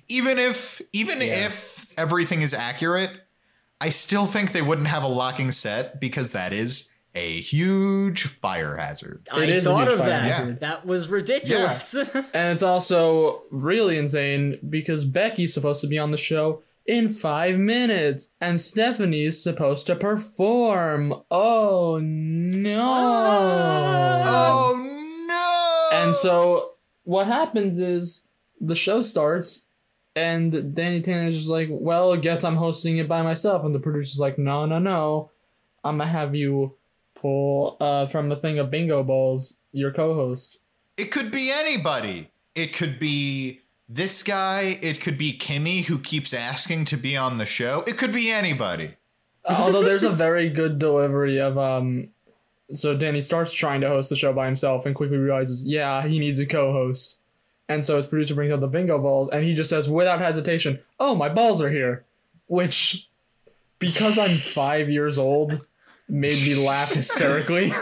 Speaker 1: Even if even
Speaker 2: Yeah.
Speaker 1: if everything is accurate, I still think they wouldn't have a locking set because that is a huge fire hazard.
Speaker 2: I
Speaker 3: It is a
Speaker 2: thought
Speaker 3: huge
Speaker 2: of
Speaker 3: fire
Speaker 2: that.
Speaker 1: hazard.
Speaker 2: That was ridiculous.
Speaker 3: And it's also really insane because Becky's supposed to be on the show in five minutes, and Stephanie's supposed to perform. Oh no.
Speaker 1: Oh no!
Speaker 3: Oh. And so what happens is the show starts, and Danny Tanner's just like, "Well, guess I'm hosting it by myself." And the producer's like, "No, no, no, I'm gonna have you pull uh, from a thing of bingo balls your co-host."
Speaker 1: It could be anybody. It could be this guy. It could be Kimmy who keeps asking to be on the show. It could be anybody.
Speaker 3: Uh, Although there's a very good delivery of um. So Danny starts trying to host the show by himself and quickly realizes, yeah, he needs a co-host. And so his producer brings out the bingo balls and he just says without hesitation, "Oh, my balls are here," which, because I'm five years old, made me laugh hysterically.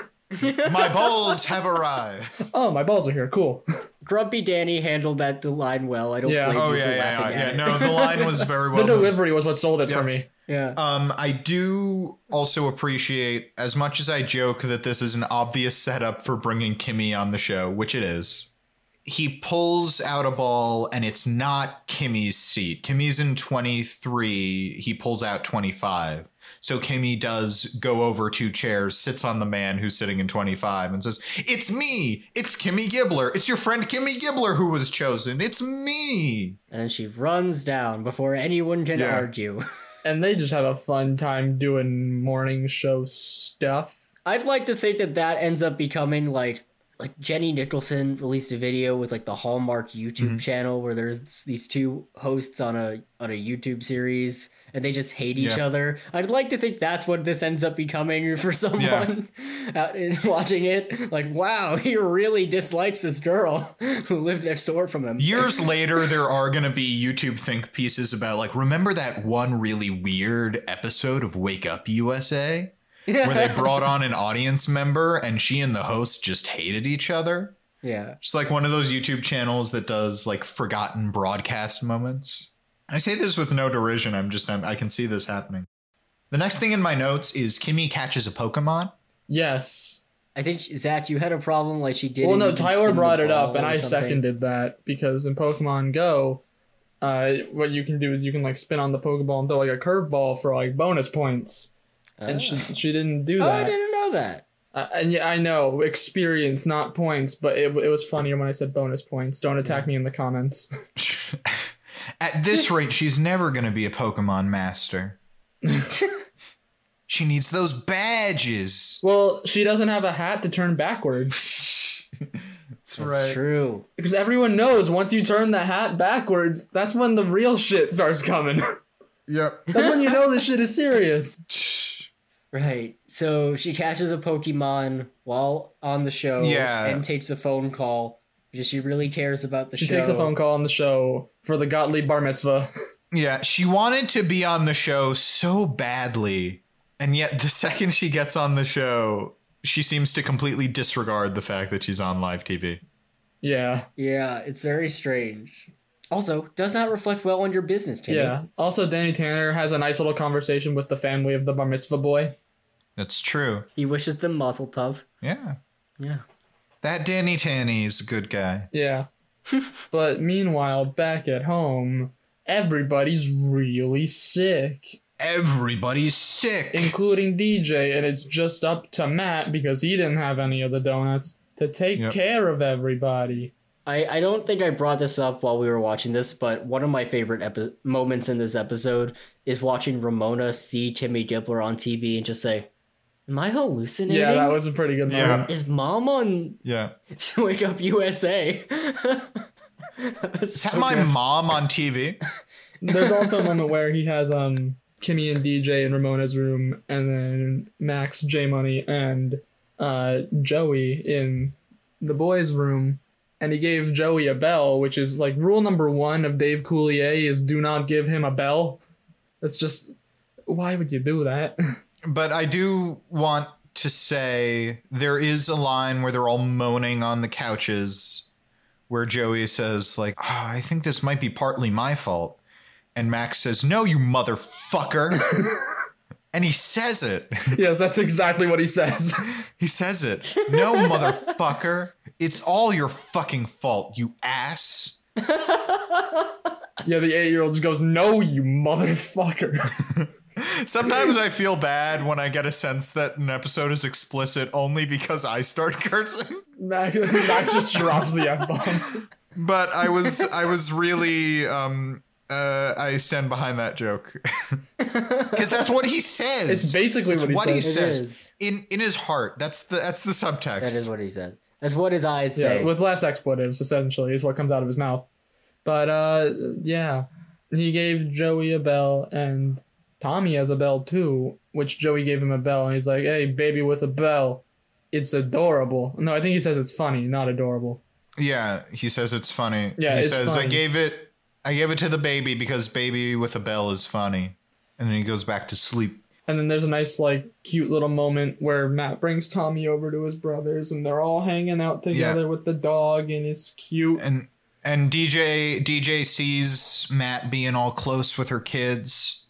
Speaker 1: My balls have arrived.
Speaker 3: oh, my balls are here. Cool.
Speaker 2: Grumpy Danny handled that line well. I don't
Speaker 3: Yeah.
Speaker 2: blame
Speaker 1: Oh
Speaker 2: you for
Speaker 1: yeah, yeah,
Speaker 2: laughing
Speaker 1: yeah.
Speaker 2: at
Speaker 1: yeah. No, the line was very well.
Speaker 3: The
Speaker 1: done.
Speaker 3: delivery was what sold it
Speaker 1: Yeah.
Speaker 3: for me.
Speaker 2: it.
Speaker 1: Um, I do also appreciate, as much as I joke that this is an obvious setup for bringing Kimmy on the show, which it is. He pulls out a ball, and it's not Kimmy's seat. Kimmy's in twenty three. He pulls out twenty five. So Kimmy does go over two chairs, sits on the man who's sitting in 25 and says, It's me! It's Kimmy Gibbler! It's your friend Kimmy Gibbler who was chosen! It's me!
Speaker 2: And she runs down before anyone can
Speaker 1: Yeah.
Speaker 2: argue.
Speaker 3: And they just have a fun time doing morning show stuff.
Speaker 2: I'd like to think that that ends up becoming like like Jenny Nicholson released a video with like the Hallmark YouTube
Speaker 1: Mhm.
Speaker 2: channel where there's these two hosts on a on a YouTube series and they just hate each
Speaker 1: Yeah.
Speaker 2: other. I'd like to think that's what this ends up becoming for someone out in watching it. Like, wow, he really dislikes this girl who lived next door from him.
Speaker 1: Years later, there are going to be YouTube think pieces about, like, remember that one really weird episode of Wake Up USA where they brought on an audience member and she and the host just hated each other?
Speaker 2: yeah.
Speaker 1: Just like one of those YouTube channels that does, like, forgotten broadcast moments. I say this with no derision. I'm just, I'm, I can see this happening. The next thing in my notes is Kimmy catches a Pokemon.
Speaker 3: Yes.
Speaker 2: I think Zach, you had a problem like she did.
Speaker 3: Well,
Speaker 2: and
Speaker 3: no,
Speaker 2: you can
Speaker 3: Tyler
Speaker 2: spin the
Speaker 3: brought it up,
Speaker 2: ball
Speaker 3: and
Speaker 2: or
Speaker 3: I
Speaker 2: something.
Speaker 3: seconded that because in Pokemon Go, uh, what you can do is you can like spin on the Pokeball and throw like a curveball for like bonus points, and she
Speaker 2: Ah.
Speaker 3: she didn't do
Speaker 2: Oh, I
Speaker 3: that.
Speaker 2: didn't know that.
Speaker 3: Uh, and yeah, I know experience, not points, but it, it was funnier when I said bonus points. Don't attack me in the comments.
Speaker 1: At this rate, she's never going to be a Pokemon master. she needs those badges.
Speaker 3: well, she doesn't have a hat to turn backwards
Speaker 1: That's
Speaker 2: That's true.
Speaker 3: because everyone knows once you turn the hat backwards, that's when the real shit starts coming.
Speaker 1: Yep.
Speaker 3: that's when you know this shit is serious.
Speaker 2: Right. So she catches a Pokemon while on the show
Speaker 1: Yeah.
Speaker 2: and takes a phone call because she really cares about the
Speaker 3: She
Speaker 2: show.
Speaker 3: takes a phone call on the show for the Gottlieb Bar Mitzvah.
Speaker 1: Yeah, she wanted to be on the show so badly, and yet the second she gets on the show, she seems to completely disregard the fact that she's on live TV.
Speaker 3: yeah.
Speaker 2: Yeah, it's very strange. Also, does not reflect well on your business, Timmy.
Speaker 3: Yeah. Also, Danny Tanner has a nice little conversation with the family of the bar mitzvah boy.
Speaker 1: That's true.
Speaker 2: He wishes them muzzle tov.
Speaker 1: Yeah.
Speaker 2: Yeah.
Speaker 1: That Danny Tanny is a good guy.
Speaker 3: Yeah. but meanwhile, back at home, everybody's really sick,
Speaker 1: Everybody's sick.
Speaker 3: including DJ, and it's just up to Matt because he didn't have any of the donuts to take
Speaker 1: Yep.
Speaker 3: care of everybody.
Speaker 2: I, I don't think I brought this up while we were watching this, but one of my favorite epi- moments in this episode is watching Ramona see Timmy Gibbler on TV and just say, Am I hallucinating?
Speaker 3: Yeah, that was a pretty good
Speaker 1: Yeah.
Speaker 3: moment.
Speaker 2: Is mom on
Speaker 1: yeah.
Speaker 2: Wake Up USA?
Speaker 1: Is that my mom on TV?
Speaker 3: There's also a moment where he has um Kimmy and DJ in Ramona's room, and then Max, J Money, and uh, Joey in the boys' room. And he gave Joey a bell, which is like rule number one of Dave Coulier is do not give him a bell. That's just why would you do that?
Speaker 1: But I do want to say there is a line where they're all moaning on the couches where Joey says, like, "Ah, I think this might be partly my fault. And Max says, No, you motherfucker. and he says it.
Speaker 3: yes, that's exactly what he says.
Speaker 1: He says it. No, motherfucker. It's all your fucking fault, you ass.
Speaker 3: yeah, the eight year old just goes, No, you motherfucker.
Speaker 1: Sometimes I feel bad when I get a sense that an episode is explicit only because I start cursing.
Speaker 3: Max, Max just drops the F bomb.
Speaker 1: But I was I was really um uh I stand behind that joke. Cuz that's what he says.
Speaker 3: It's basically
Speaker 1: It's
Speaker 3: what he
Speaker 1: what
Speaker 3: says.
Speaker 1: he says
Speaker 2: is.
Speaker 1: in in his heart. That's the that's the subtext.
Speaker 2: That is what he says. That's what his eyes
Speaker 3: Yeah,
Speaker 2: say.
Speaker 3: with less expletives, essentially, is what comes out of his mouth. But uh, yeah, he gave Joey a bell, and Tommy has a bell too, which Joey gave him a bell, and he's like, "Hey, baby with a bell, it's adorable." No, I think he says it's funny, not adorable.
Speaker 1: Yeah, he says it's funny.
Speaker 3: Yeah,
Speaker 1: he
Speaker 3: it's
Speaker 1: says I
Speaker 3: funny.
Speaker 1: gave it I gave it to the baby because baby with a bell is funny. And then he goes back to sleep.
Speaker 3: And then there's a nice, like, cute little moment where Matt brings Tommy over to his brothers, and they're all hanging out together with the dog, and it's cute.
Speaker 1: And and DJ DJ sees Matt being all close with her kids.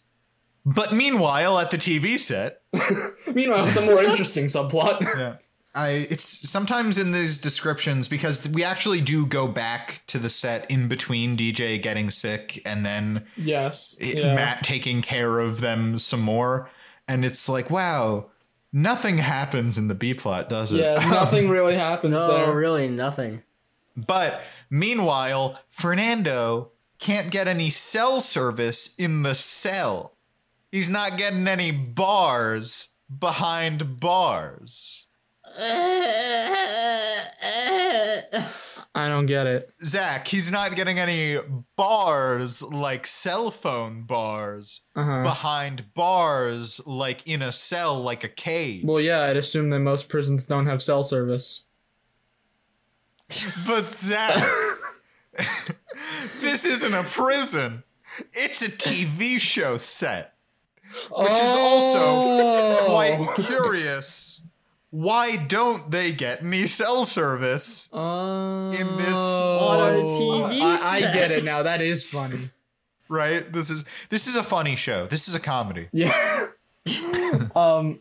Speaker 1: But meanwhile at the TV set,
Speaker 3: Meanwhile, the more interesting subplot.
Speaker 1: yeah. I it's sometimes in these descriptions because we actually do go back to the set in between DJ getting sick and then
Speaker 3: yes.
Speaker 1: it-
Speaker 3: yeah.
Speaker 1: Matt taking care of them some more, and it's like, wow, nothing happens in the B plot, does it? Um,
Speaker 3: yeah, nothing really happens
Speaker 2: no,
Speaker 3: there.
Speaker 2: really nothing.
Speaker 1: but meanwhile, Fernando can't get any cell service in the cell. He's not getting any bars behind bars.
Speaker 3: I don't get it.
Speaker 1: Zach, he's not getting any bars like cell phone bars
Speaker 3: Uh-huh.
Speaker 1: behind bars like in a cell like a cage.
Speaker 3: Well, yeah, I'd assume that most prisons don't have cell service.
Speaker 1: But Zach, this isn't a prison. It's a TV show set, which
Speaker 3: Oh.
Speaker 1: is also quite curious. Why don't they get any cell service?
Speaker 3: Oh.
Speaker 1: in this
Speaker 2: On a TV
Speaker 3: I, I
Speaker 2: set.
Speaker 3: get it now. That is funny.
Speaker 1: Right? This is this is a funny show. This is a comedy.
Speaker 3: Yeah. um,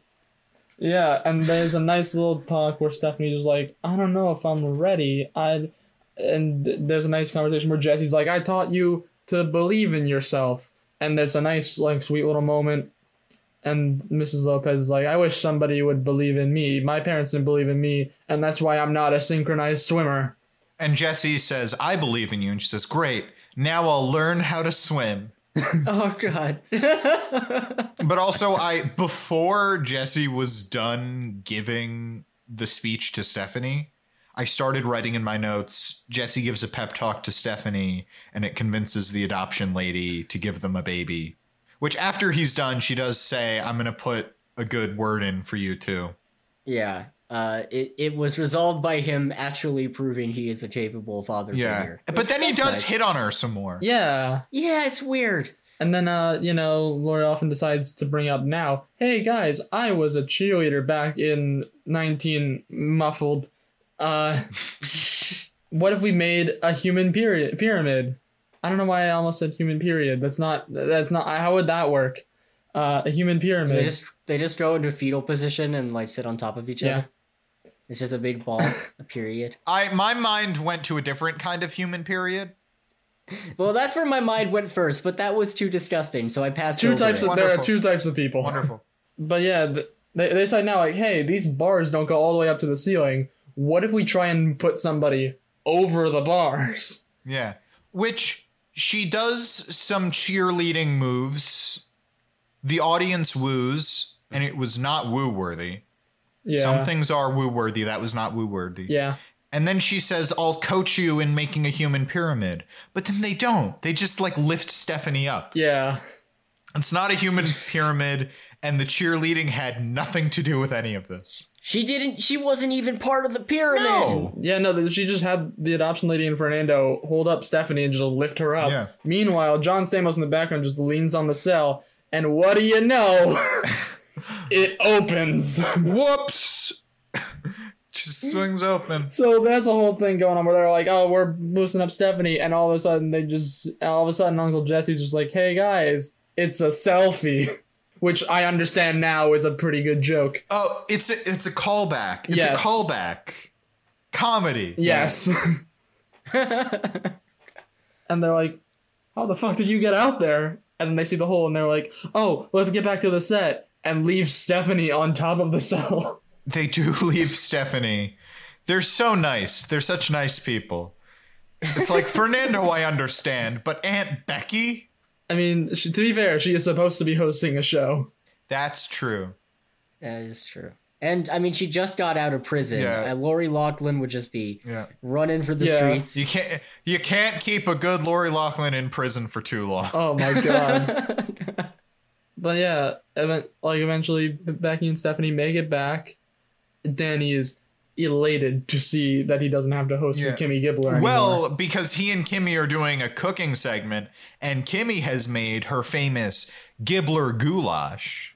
Speaker 3: yeah, and there's a nice little talk where Stephanie's just like, I don't know if I'm ready. I, and th- there's a nice conversation where Jesse's like, I taught you to believe in yourself, and there's a nice like sweet little moment And Mrs. Lopez is like, I wish somebody would believe in me. My parents didn't believe in me, and that's why I'm not a synchronized swimmer.
Speaker 1: And Jesse says, I believe in you. And she says, Great. Now I'll learn how to swim.
Speaker 2: Oh god.
Speaker 1: But also, I before Jesse was done giving the speech to Stephanie, I started writing in my notes. Jesse gives a pep talk to Stephanie, and it convinces the adoption lady to give them a baby. Which, after he's done, she does say, "I'm gonna put a good word in for you too."
Speaker 2: yeah. Uh, it, it was resolved by him actually proving he is a capable father
Speaker 1: Yeah,
Speaker 2: figure.
Speaker 1: but then he does
Speaker 2: nice.
Speaker 1: hit on her some more.
Speaker 3: Yeah.
Speaker 2: Yeah, it's weird.
Speaker 3: And then, uh, you know, Lori often decides to bring up now, hey guys, I was a cheerleader back in 19 muffled. Uh, what if we made a human period pyramid? I don't know why I almost said human period. That's not. That's not. How would that work? Uh, a human pyramid.
Speaker 2: They just they just go into fetal position and like sit on top of each
Speaker 3: Yeah.
Speaker 2: other. It's just a big ball, a period.
Speaker 1: I my mind went to a different kind of human period.
Speaker 2: Well, that's where my mind went first, but that was too disgusting, so I passed.
Speaker 3: two
Speaker 2: over
Speaker 3: types
Speaker 2: it.
Speaker 3: of there are
Speaker 1: Wonderful.
Speaker 3: two types of people.
Speaker 1: Wonderful.
Speaker 3: But yeah, th- they they decide now like, hey, these bars don't go all the way up to the ceiling. What if we try and put somebody over the bars?
Speaker 1: Yeah. Which she does some cheerleading moves. The audience woos, and it was not woo worthy.
Speaker 3: Yeah.
Speaker 1: Some things are woo worthy. That was not woo worthy.
Speaker 3: Yeah.
Speaker 1: And then she says, I'll coach you in making a human pyramid. But then they don't. They just like lift Stephanie up.
Speaker 3: Yeah.
Speaker 1: It's not a human pyramid, and the cheerleading had nothing to do with any of this.
Speaker 2: She didn't. She wasn't even part of the pyramid.
Speaker 1: No.
Speaker 3: Yeah, no, th- she just had the adoption lady and Fernando hold up Stephanie and just lift her up.
Speaker 1: Yeah.
Speaker 3: Meanwhile, John Stamos in the background just leans on the cell, and what do you know? it opens.
Speaker 1: Whoops! just swings open.
Speaker 3: so that's a whole thing going on where they're like, oh, we're boosting up Stephanie, and all of a sudden they just, all of a sudden Uncle Jesse's just like, hey guys, it's a selfie. Which I understand now is a pretty good joke.
Speaker 1: Oh, it's a, it's a callback. It's
Speaker 3: Yes.
Speaker 1: a callback. Comedy.
Speaker 3: Yes. and they're like, "How the fuck did you get out there?" And then they see the hole, and they're like, "Oh, let's get back to the set." And leave Stephanie on top of the cell.
Speaker 1: They do leave Stephanie. They're so nice. They're such nice people. It's like Fernando, I understand, but Aunt Becky?
Speaker 3: I mean, she, to be fair, she is supposed to be hosting a show.
Speaker 1: That's true.
Speaker 2: That is true. And I mean, she just got out of prison.
Speaker 1: Yeah.
Speaker 2: And Lori Loughlin would just be
Speaker 1: Yeah.
Speaker 2: running for the
Speaker 3: Yeah.
Speaker 2: streets.
Speaker 1: You can't you can't keep a good Lori Laughlin in prison for too long.
Speaker 3: Oh my god! but yeah, event, like eventually, Becky and Stephanie make it back. Danny is elated to see that he doesn't have to host
Speaker 1: Yeah.
Speaker 3: with Kimmy Gibbler anymore.
Speaker 1: Well, because he and Kimmy are doing a cooking segment, and Kimmy has made her famous Gibbler goulash.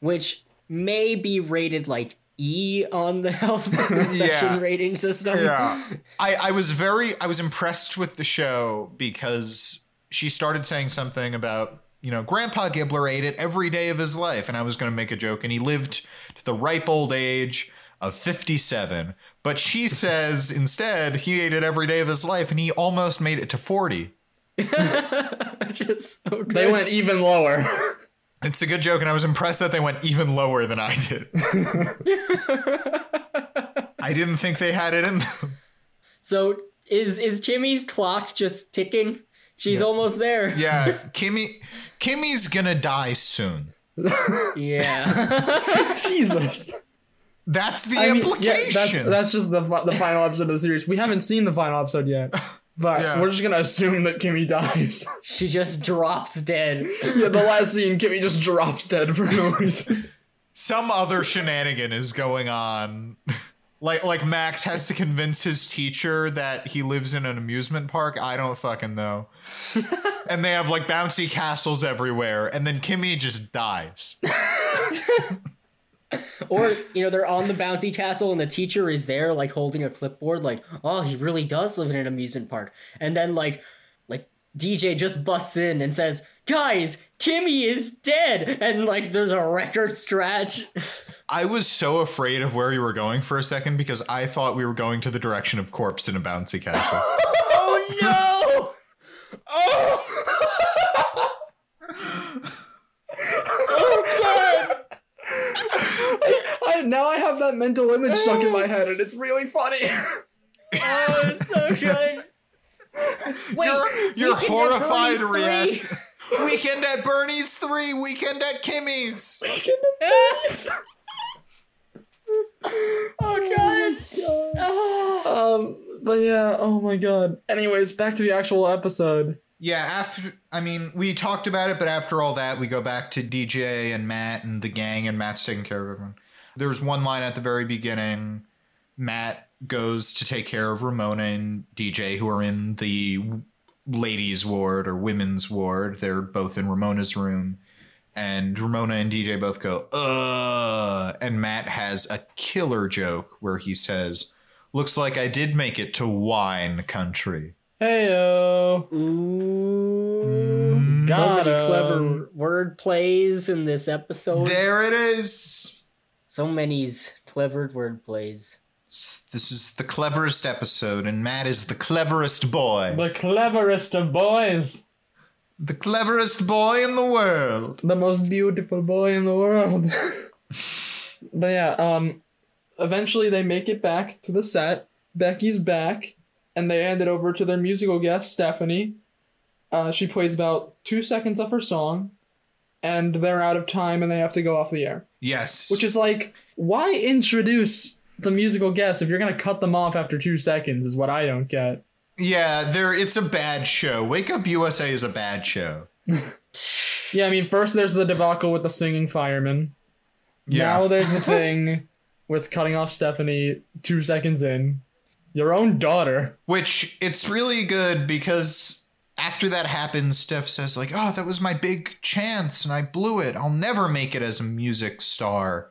Speaker 2: Which may be rated like E on the health inspection
Speaker 1: Yeah.
Speaker 2: rating system.
Speaker 1: yeah I, I was very i was impressed with the show because she started saying something about you know grandpa gibbler ate it every day of his life and i was going to make a joke and he lived to the ripe old age of 57 but she says instead he ate it every day of his life and he almost made it to 40
Speaker 2: Which is so good.
Speaker 3: they went even lower.
Speaker 1: it's a good joke and i was impressed that they went even lower than i did i didn't think they had it in them
Speaker 2: So is is Jimmy's clock just ticking? She's almost there.
Speaker 1: yeah kimmy kimmy's gonna die soon
Speaker 2: Yeah.
Speaker 3: Jesus.
Speaker 1: That's the
Speaker 3: I mean, yeah,
Speaker 1: implication.
Speaker 3: that's, that's just the fi- the final episode of the series. We haven't seen the final episode yet, but
Speaker 1: Yeah.
Speaker 3: we're just gonna assume that Kimmy dies.
Speaker 2: she just drops dead.
Speaker 3: yeah, the last scene, Kimmy just drops dead for no reason.
Speaker 1: Some other shenanigan is going on. Like like Max has to convince his teacher that he lives in an amusement park. I don't fucking know. and they have like bouncy castles everywhere, and then Kimmy just dies.
Speaker 2: Or, you know, they're on the bounty castle and the teacher is there, like holding a clipboard, like, oh, he really does live in an amusement park. And then, like, like DJ just busts in and says, guys, Kimmy is dead. And, like, there's a record scratch.
Speaker 1: I was so afraid of where we were going for a second because I thought we were going to the direction of corpse in a bouncy castle.
Speaker 2: oh, no! Oh! oh, God!
Speaker 3: I now I have that mental image stuck in my head, and it's really funny.
Speaker 2: Oh, it's so good. Wait,
Speaker 1: your your
Speaker 2: Weekend at
Speaker 1: horrified
Speaker 2: Bernie's
Speaker 1: reaction. Weekend at Bernie's three. Weekend at Kimmy's.
Speaker 3: oh god. Um, but yeah. Oh my god. Anyways, back to the actual episode.
Speaker 1: Yeah, after I mean, we talked about it, but after all that, we go back to DJ and Matt and the gang, and Matt's taking care of everyone. There's one line at the very beginning. Matt goes to take care of Ramona and DJ, who are in the ladies' ward or women's ward. They're both in Ramona's room, and Ramona and DJ both go, "Uh," and Matt has a killer joke where he says, "Looks like I did make it to wine country."
Speaker 3: Heyo.
Speaker 2: Ooh. So
Speaker 3: Got
Speaker 2: many
Speaker 3: him.
Speaker 2: clever word plays in this episode.
Speaker 1: There it is.
Speaker 2: so many s- clever word plays.
Speaker 1: S- This is the cleverest episode, and Matt is the cleverest boy.
Speaker 3: The cleverest of boys.
Speaker 1: the cleverest boy in the world.
Speaker 3: the most beautiful boy in the world. but yeah, um, eventually they make it back to the set. Becky's back, and they hand it over to their musical guest Stephanie. Uh, she plays about two seconds of her song, and they're out of time, and they have to go off the air.
Speaker 1: Yes.
Speaker 3: Which is like, why introduce the musical guest if you're gonna cut them off after two seconds? Is what I don't get.
Speaker 1: yeah, there it's a bad show. Wake Up USA is a bad show.
Speaker 3: Yeah, I mean, first there's the debacle with the singing fireman.
Speaker 1: Yeah.
Speaker 3: Now there's the thing with cutting off Stephanie two seconds in. Your own daughter.
Speaker 1: Which it's really good because after that happens, Steph says, like, oh, that was my big chance and I blew it. I'll never make it as a music star.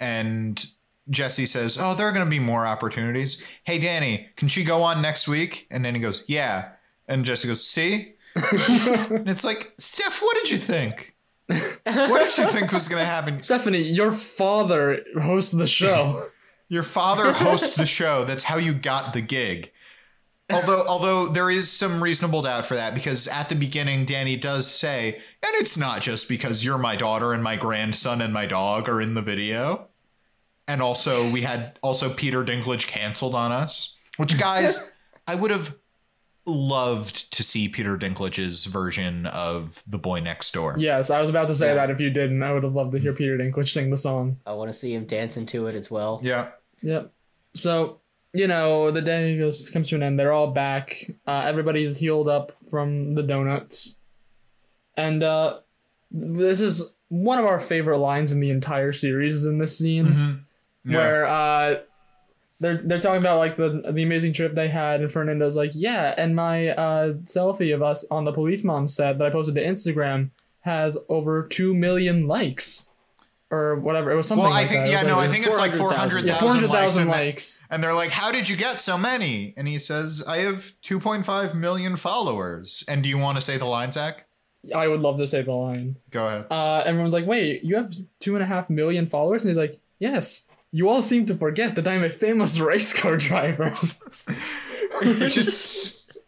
Speaker 1: And Jesse says, Oh, there are going to be more opportunities. Hey, Danny, can she go on next week? And Danny goes, Yeah. And Jesse goes, See? and it's like, Steph, what did you think? What did you think was going to happen?
Speaker 3: Stephanie, your father hosts the show.
Speaker 1: Your father hosts the show. That's how you got the gig. Although, although there is some reasonable doubt for that because at the beginning, Danny does say, and it's not just because you're my daughter and my grandson and my dog are in the video. And also, we had also Peter Dinklage canceled on us, which guys, I would have loved to see Peter Dinklage's version of The Boy Next Door.
Speaker 3: yes, I was about to say
Speaker 2: Yeah.
Speaker 3: that if you didn't, I would have loved to hear Peter Dinklage sing the song.
Speaker 2: I want to see him dancing to it as well.
Speaker 1: Yeah.
Speaker 3: Yep. So, you know, the day goes comes to an end. They're all back. Uh, everybody's healed up from the donuts. And uh, this is one of our favorite lines in the entire series is in this scene.
Speaker 1: Mhm. Yeah.
Speaker 3: where uh, they're they're talking about like the the amazing trip they had, and Fernando's like, yeah, and my uh, selfie of us on the police mom set that I posted to Instagram has over two million likes, or whatever. It was something.
Speaker 1: Well, I
Speaker 3: like
Speaker 1: think,
Speaker 3: that. It
Speaker 1: yeah,
Speaker 3: was,
Speaker 1: no,
Speaker 3: like,
Speaker 1: I think it's like
Speaker 2: 400,000.
Speaker 1: 400,000
Speaker 3: yeah, four hundred
Speaker 1: likes.
Speaker 3: thousand
Speaker 1: and that-
Speaker 3: likes.
Speaker 1: And they're like, How did you get so many? And he says, I have 2.5 million followers. And do you want to say the line, Zach?
Speaker 3: I would love to say the line.
Speaker 1: Go ahead.
Speaker 3: Uh, everyone's like, wait, you have two and a half million followers, and he's like, yes. You all seem to forget that I'm a famous race car driver.
Speaker 1: It's just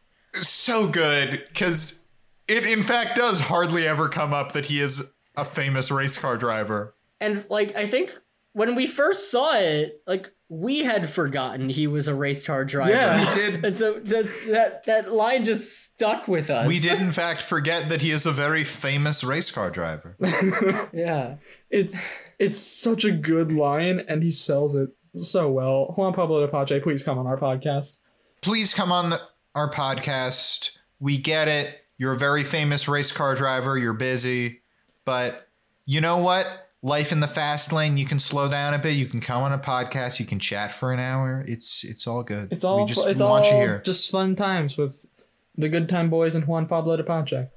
Speaker 1: so good because it, in fact, does hardly ever come up that he is a famous race car driver.
Speaker 2: And like I think when we first saw it, like we had forgotten he was a race car driver.
Speaker 1: We
Speaker 3: Yeah.
Speaker 1: did.
Speaker 2: And so that that that line just stuck with us.
Speaker 1: We did, in fact, forget that he is a very famous race car driver.
Speaker 2: Yeah.
Speaker 3: It's it's such a good line, and he sells it so well. Juan Pablo de Pache, please come on our podcast.
Speaker 1: Please come on the, our podcast. We get it. You're a very famous race car driver. You're busy. But you know what? Life in the fast lane, you can slow down a bit. You can come on a podcast. You can chat for an hour. It's it's all good.
Speaker 3: It's all
Speaker 1: we just
Speaker 3: fu- it's
Speaker 1: we want
Speaker 3: all
Speaker 1: you here.
Speaker 3: just fun times with the Good Time Boys and Juan Pablo de Pache.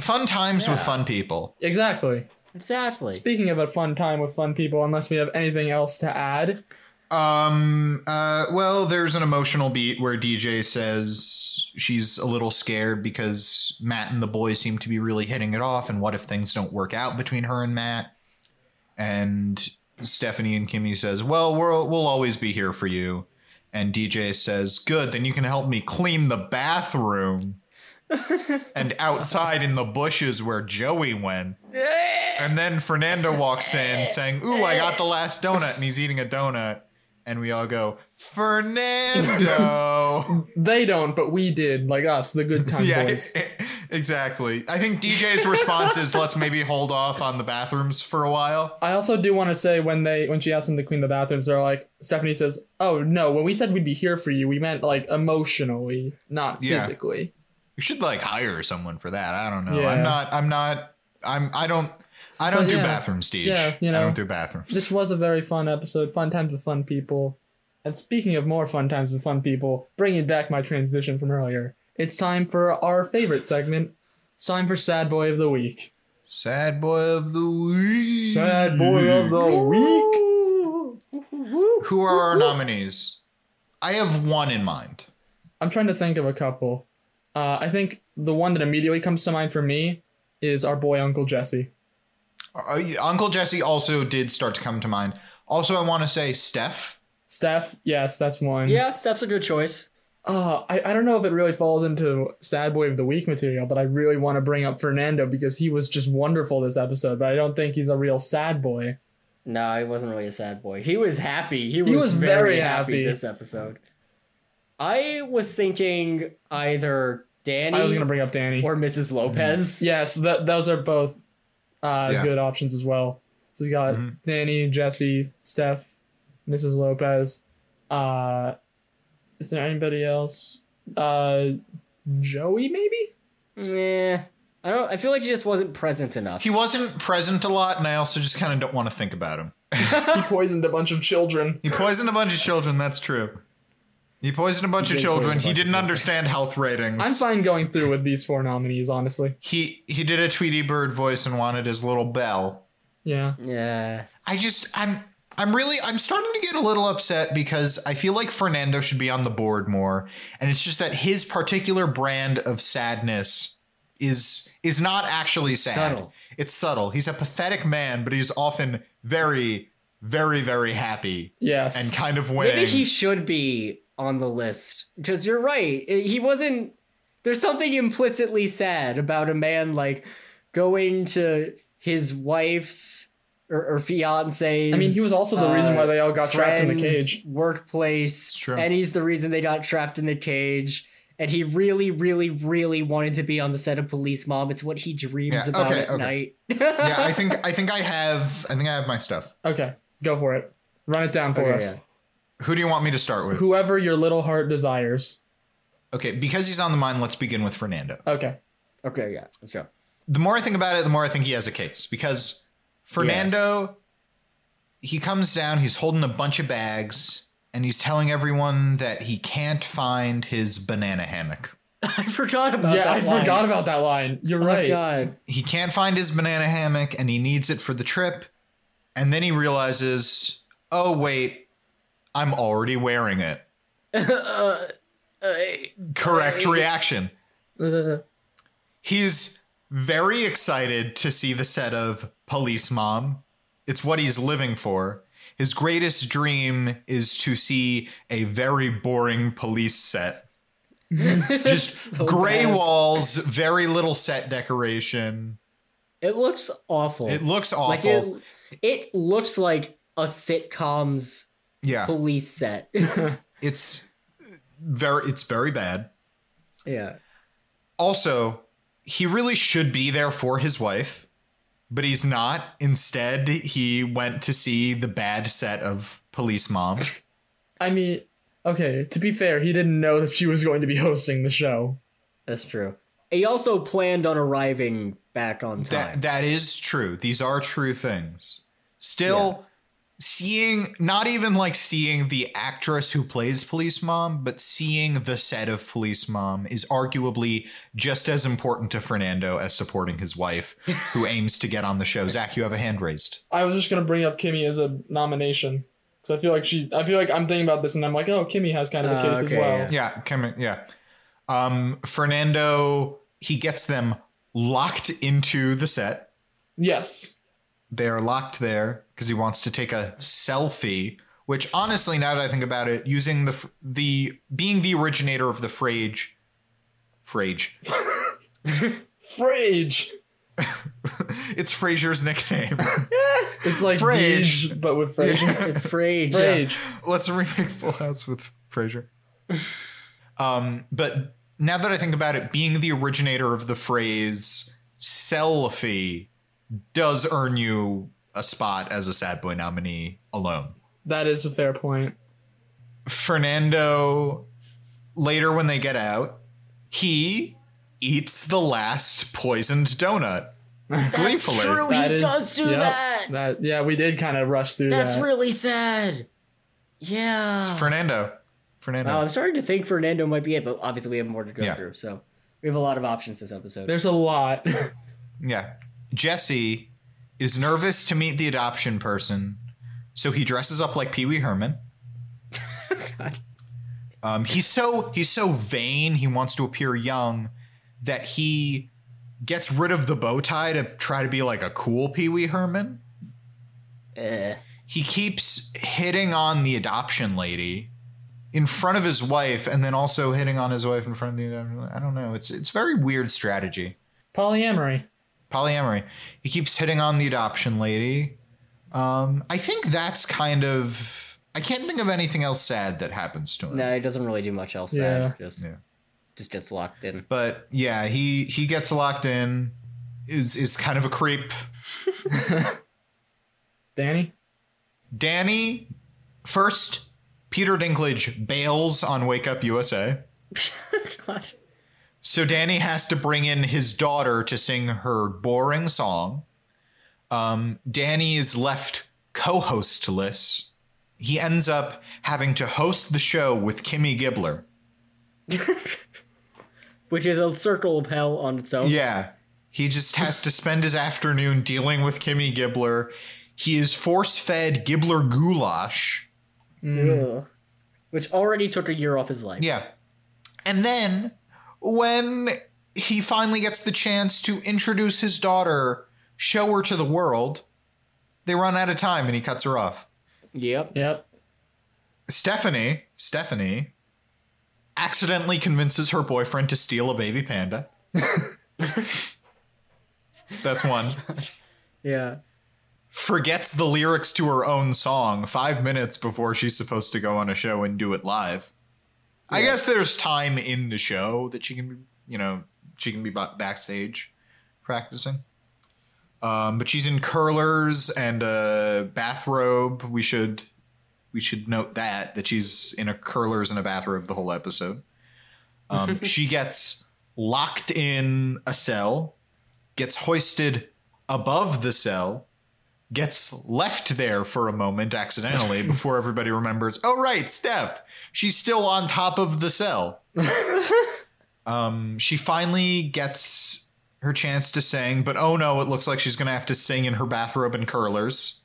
Speaker 1: Fun times with
Speaker 2: Yeah.
Speaker 1: fun people.
Speaker 3: Exactly.
Speaker 2: Exactly.
Speaker 3: Speaking of a fun time with fun people, unless we have anything else to add,
Speaker 1: Um. Uh. Well, there's an emotional beat where DJ says she's a little scared because Matt and the boys seem to be really hitting it off, and what if things don't work out between her and Matt? And Stephanie and Kimmy says, "Well, we'll we'll always be here for you." And DJ says, "Good, then you can help me clean the bathroom." and outside in the bushes where Joey went. And then Fernando walks in saying, Ooh, I got the last donut. And he's eating a donut. And we all go, Fernando.
Speaker 3: They don't, but we did, like us, the good time
Speaker 1: yeah,
Speaker 3: boys.
Speaker 1: it- it- exactly. I think DJ's response is, Let's maybe hold off on the bathrooms for a while.
Speaker 3: I also do want to say when they when she asked them to clean the bathrooms, they're like Stephanie says, "Oh no, when we said we'd be here for you, we meant like emotionally, not
Speaker 1: Yeah.
Speaker 3: physically."
Speaker 1: We should like hire someone for that. I don't know.
Speaker 3: Yeah.
Speaker 1: I'm not, I'm not, I'm, I don't, I don't
Speaker 3: But
Speaker 1: do
Speaker 3: yeah.
Speaker 1: bathrooms, Deej.
Speaker 3: Yeah, you
Speaker 1: I
Speaker 3: know.
Speaker 1: don't do bathrooms.
Speaker 3: This was a very fun episode. Fun times with fun people. And speaking of more fun times with fun people, bringing back my transition from earlier, it's time for our favorite segment. It's time for Sad Boy of the Week.
Speaker 1: Sad boy of the week.
Speaker 3: the Week.
Speaker 1: Who are our nominees? I have one in mind.
Speaker 3: I'm trying to think of a couple. Uh, I think the one that immediately comes to mind for me is our boy Uncle Jesse.
Speaker 1: Uh, Uncle Jesse also did start to come to mind. Also, I want to say Steph.
Speaker 3: Steph, yes, that's one.
Speaker 2: Yeah, Steph's a good choice.
Speaker 3: Uh, I, I don't know if it really falls into Sad Boy of the Week material, but I really want to bring up Fernando because he was just wonderful this episode, but I don't think he's a real sad boy.
Speaker 2: No, he wasn't really a sad boy. He was happy. He was,
Speaker 3: was
Speaker 2: very,
Speaker 3: very
Speaker 2: happy.
Speaker 3: happy.
Speaker 2: this episode. I was thinking either Danny
Speaker 3: I was going to bring up Danny.
Speaker 2: or Mrs. Lopez.
Speaker 3: yes, th- those are both uh,
Speaker 1: Yeah.
Speaker 3: good options as well. So we got
Speaker 1: Mhm.
Speaker 3: Danny, Jesse, Steph, Mrs. Lopez. Uh, is there anybody else? Uh, Joey, maybe?
Speaker 2: Yeah. I don't I feel like she just wasn't present enough.
Speaker 1: He wasn't present a lot, and I also just kind of don't want to think about him.
Speaker 3: He poisoned a bunch of children.
Speaker 1: He poisoned a bunch of children. That's true. He poisoned a bunch
Speaker 2: He
Speaker 1: of
Speaker 2: did poison
Speaker 1: children.
Speaker 2: a
Speaker 1: He
Speaker 2: bunch of
Speaker 1: didn't
Speaker 2: children.
Speaker 1: understand health ratings.
Speaker 3: I'm fine going through with these four nominees, honestly.
Speaker 1: He he did a Tweety Bird voice and wanted his little bell.
Speaker 3: Yeah.
Speaker 2: yeah.
Speaker 1: I just I'm I'm really I'm starting to get a little upset because I feel like Fernando should be on the board more and it's just that his particular brand of sadness is is not actually sad.
Speaker 2: Subtle.
Speaker 1: It's subtle. He's a pathetic man, but he's often very very very happy
Speaker 3: Yes.
Speaker 1: and kind of winning.
Speaker 2: Maybe he should be on the list. Because you're right. I- He wasn't there's something implicitly sad about a man like going to his wife's or, or fiance's. uh,
Speaker 3: I mean, he was also the reason why they all got trapped in the
Speaker 2: friend's
Speaker 3: cage.
Speaker 2: Workplace.
Speaker 1: It's true.
Speaker 2: And he's the reason they got trapped in the cage. And he really, really, really wanted to be on the set of Police Mom. It's what he dreams
Speaker 1: Yeah,
Speaker 2: about
Speaker 1: okay,
Speaker 2: at
Speaker 1: okay.
Speaker 2: night.
Speaker 1: yeah, I think I think I have I think I have my stuff.
Speaker 3: Okay, go for it. Run it down for
Speaker 2: Okay,
Speaker 3: us.
Speaker 2: yeah.
Speaker 1: Who do you want me to start with?
Speaker 3: Whoever your little heart desires.
Speaker 1: Okay, because he's on the mind, let's begin with Fernando.
Speaker 3: Okay.
Speaker 2: okay, yeah, let's go.
Speaker 1: the more I think about it, the more I think he has a case because Fernando, he comes down, he's holding a bunch of bags, and he's telling everyone that he can't find his banana hammock.
Speaker 2: I forgot about
Speaker 3: yeah,
Speaker 2: that.
Speaker 3: I
Speaker 2: line.
Speaker 3: forgot about that line. You're
Speaker 2: Oh my
Speaker 3: right.
Speaker 2: god.
Speaker 1: He can't find his banana hammock and he needs it for the trip. And then he realizes, oh, wait, I'm already wearing it.
Speaker 2: Uh,
Speaker 1: Correct reaction.
Speaker 3: Uh,
Speaker 1: He's very excited to see the set of Police Mom. It's what he's living for. His greatest dream is to see a very boring police set. Just
Speaker 2: uh, So
Speaker 1: gray
Speaker 2: bad.
Speaker 1: walls, very little set decoration.
Speaker 2: It looks awful.
Speaker 1: It looks awful.
Speaker 2: like it, it looks like a sitcom's
Speaker 1: yeah.
Speaker 2: police set.
Speaker 1: It's very it's very bad.
Speaker 2: yeah.
Speaker 1: Also, he really should be there for his wife, but he's not. Instead, he went to see the bad set of Police Mom.
Speaker 3: I mean, okay, to be fair, he didn't know that she was going to be hosting the show.
Speaker 2: That's true. He also planned on arriving back on time.
Speaker 1: That that is true. These are true things. Still seeing not even like seeing the actress who plays police mom, but seeing the set of police mom is arguably just as important to Fernando as supporting his wife who aims to get on the show. Zach, you have a hand raised.
Speaker 3: I was just gonna bring up Kimmy as a nomination because I feel like she. I feel like I'm thinking about this and I'm like, oh, Kimmy has kind of a
Speaker 2: Uh,
Speaker 3: case
Speaker 2: okay,
Speaker 3: as well.
Speaker 2: yeah.
Speaker 1: Yeah, Kemi- yeah. Um Fernando he gets them locked into the set.
Speaker 3: Yes.
Speaker 1: they are locked there because he wants to take a selfie. Which honestly, now that I think about it, using the f- the being the originator of the phrase, phrase,
Speaker 3: Frage.
Speaker 1: it's Frasier's nickname.
Speaker 3: It's like
Speaker 1: Frage.
Speaker 3: Deej, but with Frage.
Speaker 1: Yeah.
Speaker 2: It's frayed.
Speaker 3: Frage.
Speaker 1: Let's remake Full House with Frasier. Um, but now that I think about it, being the originator of the phrase selfie does earn you a spot as a sad boy nominee alone.
Speaker 3: That is a fair point.
Speaker 1: Fernando, later when they get out, he eats the last poisoned donut.
Speaker 2: That's
Speaker 1: Gleefully.
Speaker 2: true.
Speaker 3: That
Speaker 2: Oh, he
Speaker 3: is-
Speaker 2: does do
Speaker 3: yep,
Speaker 2: that.
Speaker 3: That yeah, we did kind of rush through
Speaker 2: That's
Speaker 3: that.
Speaker 2: really sad. Yeah.
Speaker 1: It's Fernando. Fernando.
Speaker 2: Wow, I'm starting to think Fernando might be it, but obviously we have more to go
Speaker 1: Yeah.
Speaker 2: through. So we have a lot of options this episode.
Speaker 3: There's a lot.
Speaker 1: Yeah. Jesse is nervous to meet the adoption person, so he dresses up like Pee Wee Herman.
Speaker 2: God.
Speaker 1: Um, he's so he's so vain. He wants to appear young that he gets rid of the bow tie to try to be like a cool Pee Wee Herman.
Speaker 2: Eh.
Speaker 1: He keeps hitting on the adoption lady in front of his wife, and then also hitting on his wife in front of the adoption. lady. I don't know. It's it's very weird strategy.
Speaker 3: Polyamory.
Speaker 1: polyamory. He keeps hitting on the adoption lady. Um, I think that's kind of. I can't think of anything else sad that happens to him.
Speaker 2: No, he doesn't really do much else.
Speaker 3: Yeah.
Speaker 2: Then. Just,
Speaker 1: Yeah.
Speaker 2: just gets locked in.
Speaker 1: But yeah, he he gets locked in. Is is kind of a creep.
Speaker 3: Danny.
Speaker 1: Danny, first, Peter Dinklage bails on Wake Up USA.
Speaker 2: God.
Speaker 1: So Danny has to bring in his daughter to sing her boring song. Um, Danny is left co hostless. He ends up having to host the show with Kimmy Gibbler.
Speaker 2: Which is a circle of hell on its own.
Speaker 1: Yeah. He just has to spend his afternoon dealing with Kimmy Gibbler. He is force fed Gibbler goulash.
Speaker 3: Mm,
Speaker 2: Ugh. Which already took a year off his life.
Speaker 1: Yeah. And then when he finally gets the chance to introduce his daughter, show her to the world, they run out of time and he cuts her off.
Speaker 2: Yep.
Speaker 3: Yep.
Speaker 1: Stephanie, Stephanie accidentally convinces her boyfriend to steal a baby panda. So That's one.
Speaker 2: Yeah.
Speaker 1: Forgets the lyrics to her own song five minutes before she's supposed to go on a show and do it live. I guess there's time in the show that she can be, you know, she can be ba- backstage practicing. Um, but she's in curlers and a bathrobe. We should we should note that that she's in a curlers and a bathrobe the whole episode. Um, she gets locked in a cell, gets hoisted above the cell, gets left there for a moment accidentally before everybody remembers. Oh right, Steph, she's still on top of the cell. um, she finally gets her chance to sing, but oh no, it looks like she's gonna have to sing in her bathrobe and curlers.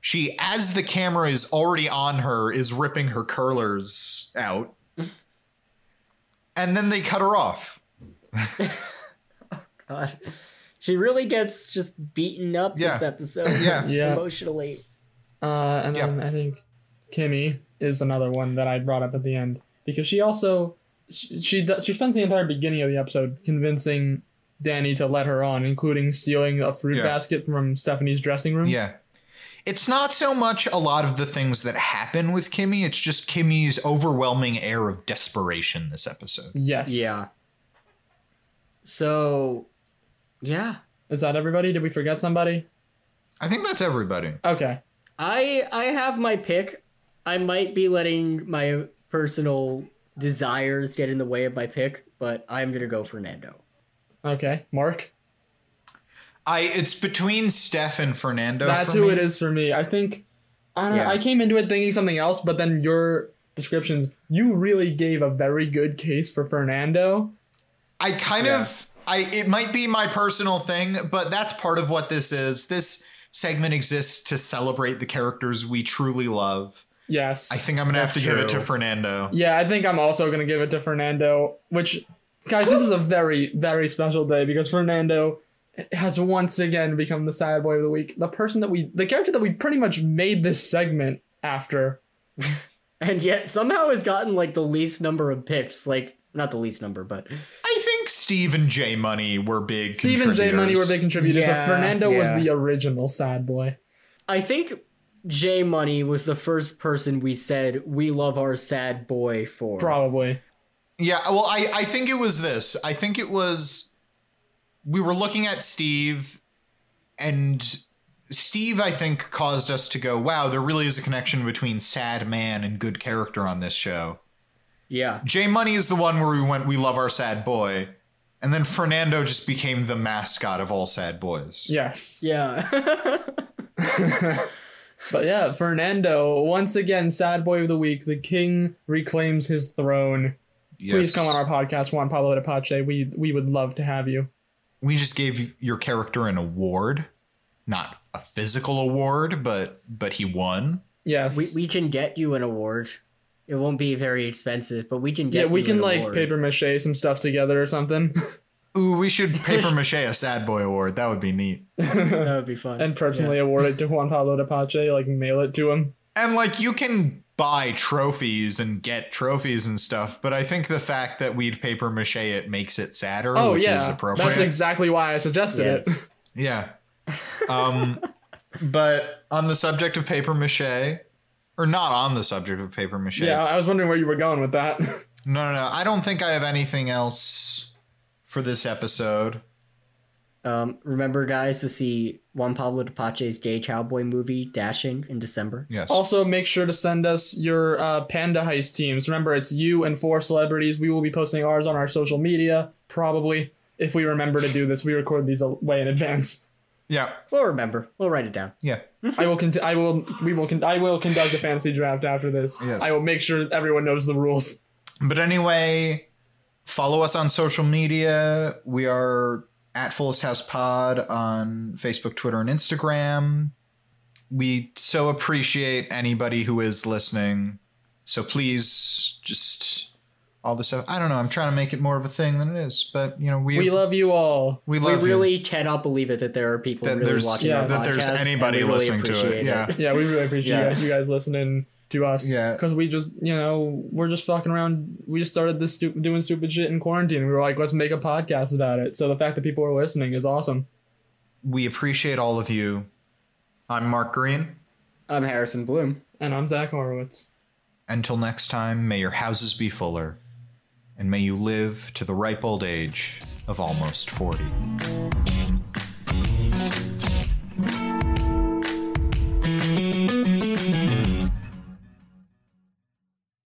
Speaker 1: She, as the camera is already on her, is ripping her curlers out. and then they cut her off.
Speaker 2: God. She really gets just beaten up this
Speaker 1: Yeah.
Speaker 2: episode.
Speaker 1: Yeah.
Speaker 3: Yeah.
Speaker 2: Emotionally.
Speaker 3: Uh, and
Speaker 1: Yeah.
Speaker 3: then I think Kimmy is another one that I brought up at the end because she also she she, do- she spends the entire beginning of the episode convincing Danny to let her on, including stealing a fruit
Speaker 1: Yeah.
Speaker 3: basket from Stephanie's dressing room.
Speaker 1: Yeah. It's not so much a lot of the things that happen with Kimmy, it's just Kimmy's overwhelming air of desperation this episode.
Speaker 3: Yes.
Speaker 2: Yeah. So, yeah.
Speaker 3: Is that everybody? Did we forget somebody?
Speaker 1: I think that's everybody.
Speaker 3: Okay.
Speaker 2: I I have my pick. I might be letting my personal desires get in the way of my pick, but I'm gonna go Fernando.
Speaker 3: Okay. Mark.
Speaker 1: I it's between Steph and Fernando.
Speaker 3: That's
Speaker 1: for
Speaker 3: who
Speaker 1: me.
Speaker 3: it is for me. I think I don't know,
Speaker 2: Yeah.
Speaker 3: I came into it thinking something else, but then your descriptions, you really gave a very good case for Fernando.
Speaker 1: I kind
Speaker 3: Yeah.
Speaker 1: of I it might be my personal thing, but that's part of what this is. This segment exists to celebrate the characters we truly love.
Speaker 3: Yes.
Speaker 1: I think I'm gonna have to
Speaker 2: That's
Speaker 1: give it to
Speaker 2: true.
Speaker 1: Fernando.
Speaker 3: Yeah, I think I'm also gonna give it to Fernando. Which, guys, this is a very, very special day because Fernando has once again become the sad boy of the week. The person that we, the character that we pretty much made this segment after.
Speaker 2: And yet somehow has gotten like the least number of picks. Like not the least number, but
Speaker 1: I think Steve and J Money were big.
Speaker 3: Steve and J Money were big contributors,
Speaker 2: Yeah,
Speaker 3: but Fernando was
Speaker 2: yeah.
Speaker 3: the original sad boy.
Speaker 2: I think J Money was the first person we said we love our sad boy for.
Speaker 3: Probably.
Speaker 1: Yeah, well, I, I think it was this. I think it was we were looking at Steve, and Steve, I think, caused us to go, wow, there really is a connection between sad man and good character on this show.
Speaker 2: Yeah.
Speaker 1: J Money is the one where we went, we love our sad boy. And then Fernando just became the mascot of all sad boys.
Speaker 3: Yes.
Speaker 2: Yeah.
Speaker 3: But yeah, Fernando, once again, sad boy of the week. The king reclaims his throne. Please come on our podcast, Juan Pablo de Pache. We we would love to have you.
Speaker 1: we just gave your character an award, not a physical award, but but he won.
Speaker 3: Yes.
Speaker 2: we, we can get you an award. It won't be very expensive, but we can get
Speaker 3: yeah, we
Speaker 2: you
Speaker 3: can
Speaker 2: an
Speaker 3: like
Speaker 2: award.
Speaker 3: paper mache some stuff together or something.
Speaker 1: Ooh, we should paper mache a sad boy award. That would be neat.
Speaker 2: That would be fun.
Speaker 3: and personally award it to Juan Pablo de Pache, like mail it to him.
Speaker 1: And like you can buy trophies and get trophies and stuff, but I think the fact that we'd paper mache it makes it sadder,
Speaker 3: Oh
Speaker 1: which
Speaker 3: yeah.
Speaker 1: is appropriate.
Speaker 3: That's exactly why I suggested
Speaker 2: Yes.
Speaker 1: yeah. Um but on the subject of paper mache, or not on the subject of paper mache.
Speaker 3: it. Yeah, I was wondering where you were going with that.
Speaker 1: No, no, no. I don't think I have anything else for this episode.
Speaker 2: Um, remember, guys, to see Juan Pablo de Pache's gay cowboy movie Dashing in December.
Speaker 1: Yes.
Speaker 3: also, make sure to send us your uh, panda heist teams. Remember, it's you and four celebrities. We will be posting ours on our social media, probably if we remember to do this. We record these a- way in advance.
Speaker 1: Yeah.
Speaker 2: We'll remember. We'll write it down.
Speaker 1: Yeah.
Speaker 3: I will. Con- I will. We will. Con- I will conduct a fantasy draft after this.
Speaker 1: Yes.
Speaker 3: I will make sure everyone knows the rules.
Speaker 1: But anyway, follow us on social media. We are at Fullest House Pod on Facebook, Twitter, and Instagram. We so appreciate anybody who is listening. So please just all the stuff. I don't know. I'm trying to make it more of a thing than it is, but you know, we
Speaker 3: We love you all.
Speaker 1: we
Speaker 2: We
Speaker 1: love you.
Speaker 2: really cannot believe it that there are people
Speaker 1: that
Speaker 2: really
Speaker 1: there's
Speaker 2: watching
Speaker 3: yeah,
Speaker 2: our
Speaker 1: that there's
Speaker 2: podcast, and
Speaker 1: anybody
Speaker 2: we really
Speaker 1: listening to
Speaker 2: appreciate
Speaker 1: it. Yeah.
Speaker 3: Yeah, we really appreciate
Speaker 1: Yeah.
Speaker 3: you guys listening to us.
Speaker 1: Yeah.
Speaker 3: Because we just, you know, we're just fucking around. We just started this stu- doing stupid shit in quarantine. We were like, let's make a podcast about it. So the fact that people are listening is awesome.
Speaker 1: We appreciate all of you. I'm Mark Green.
Speaker 2: I'm Harrison Bloom.
Speaker 3: And I'm Zach Horowitz.
Speaker 1: Until next time, may your houses be fuller, and may you live to the ripe old age of almost 40.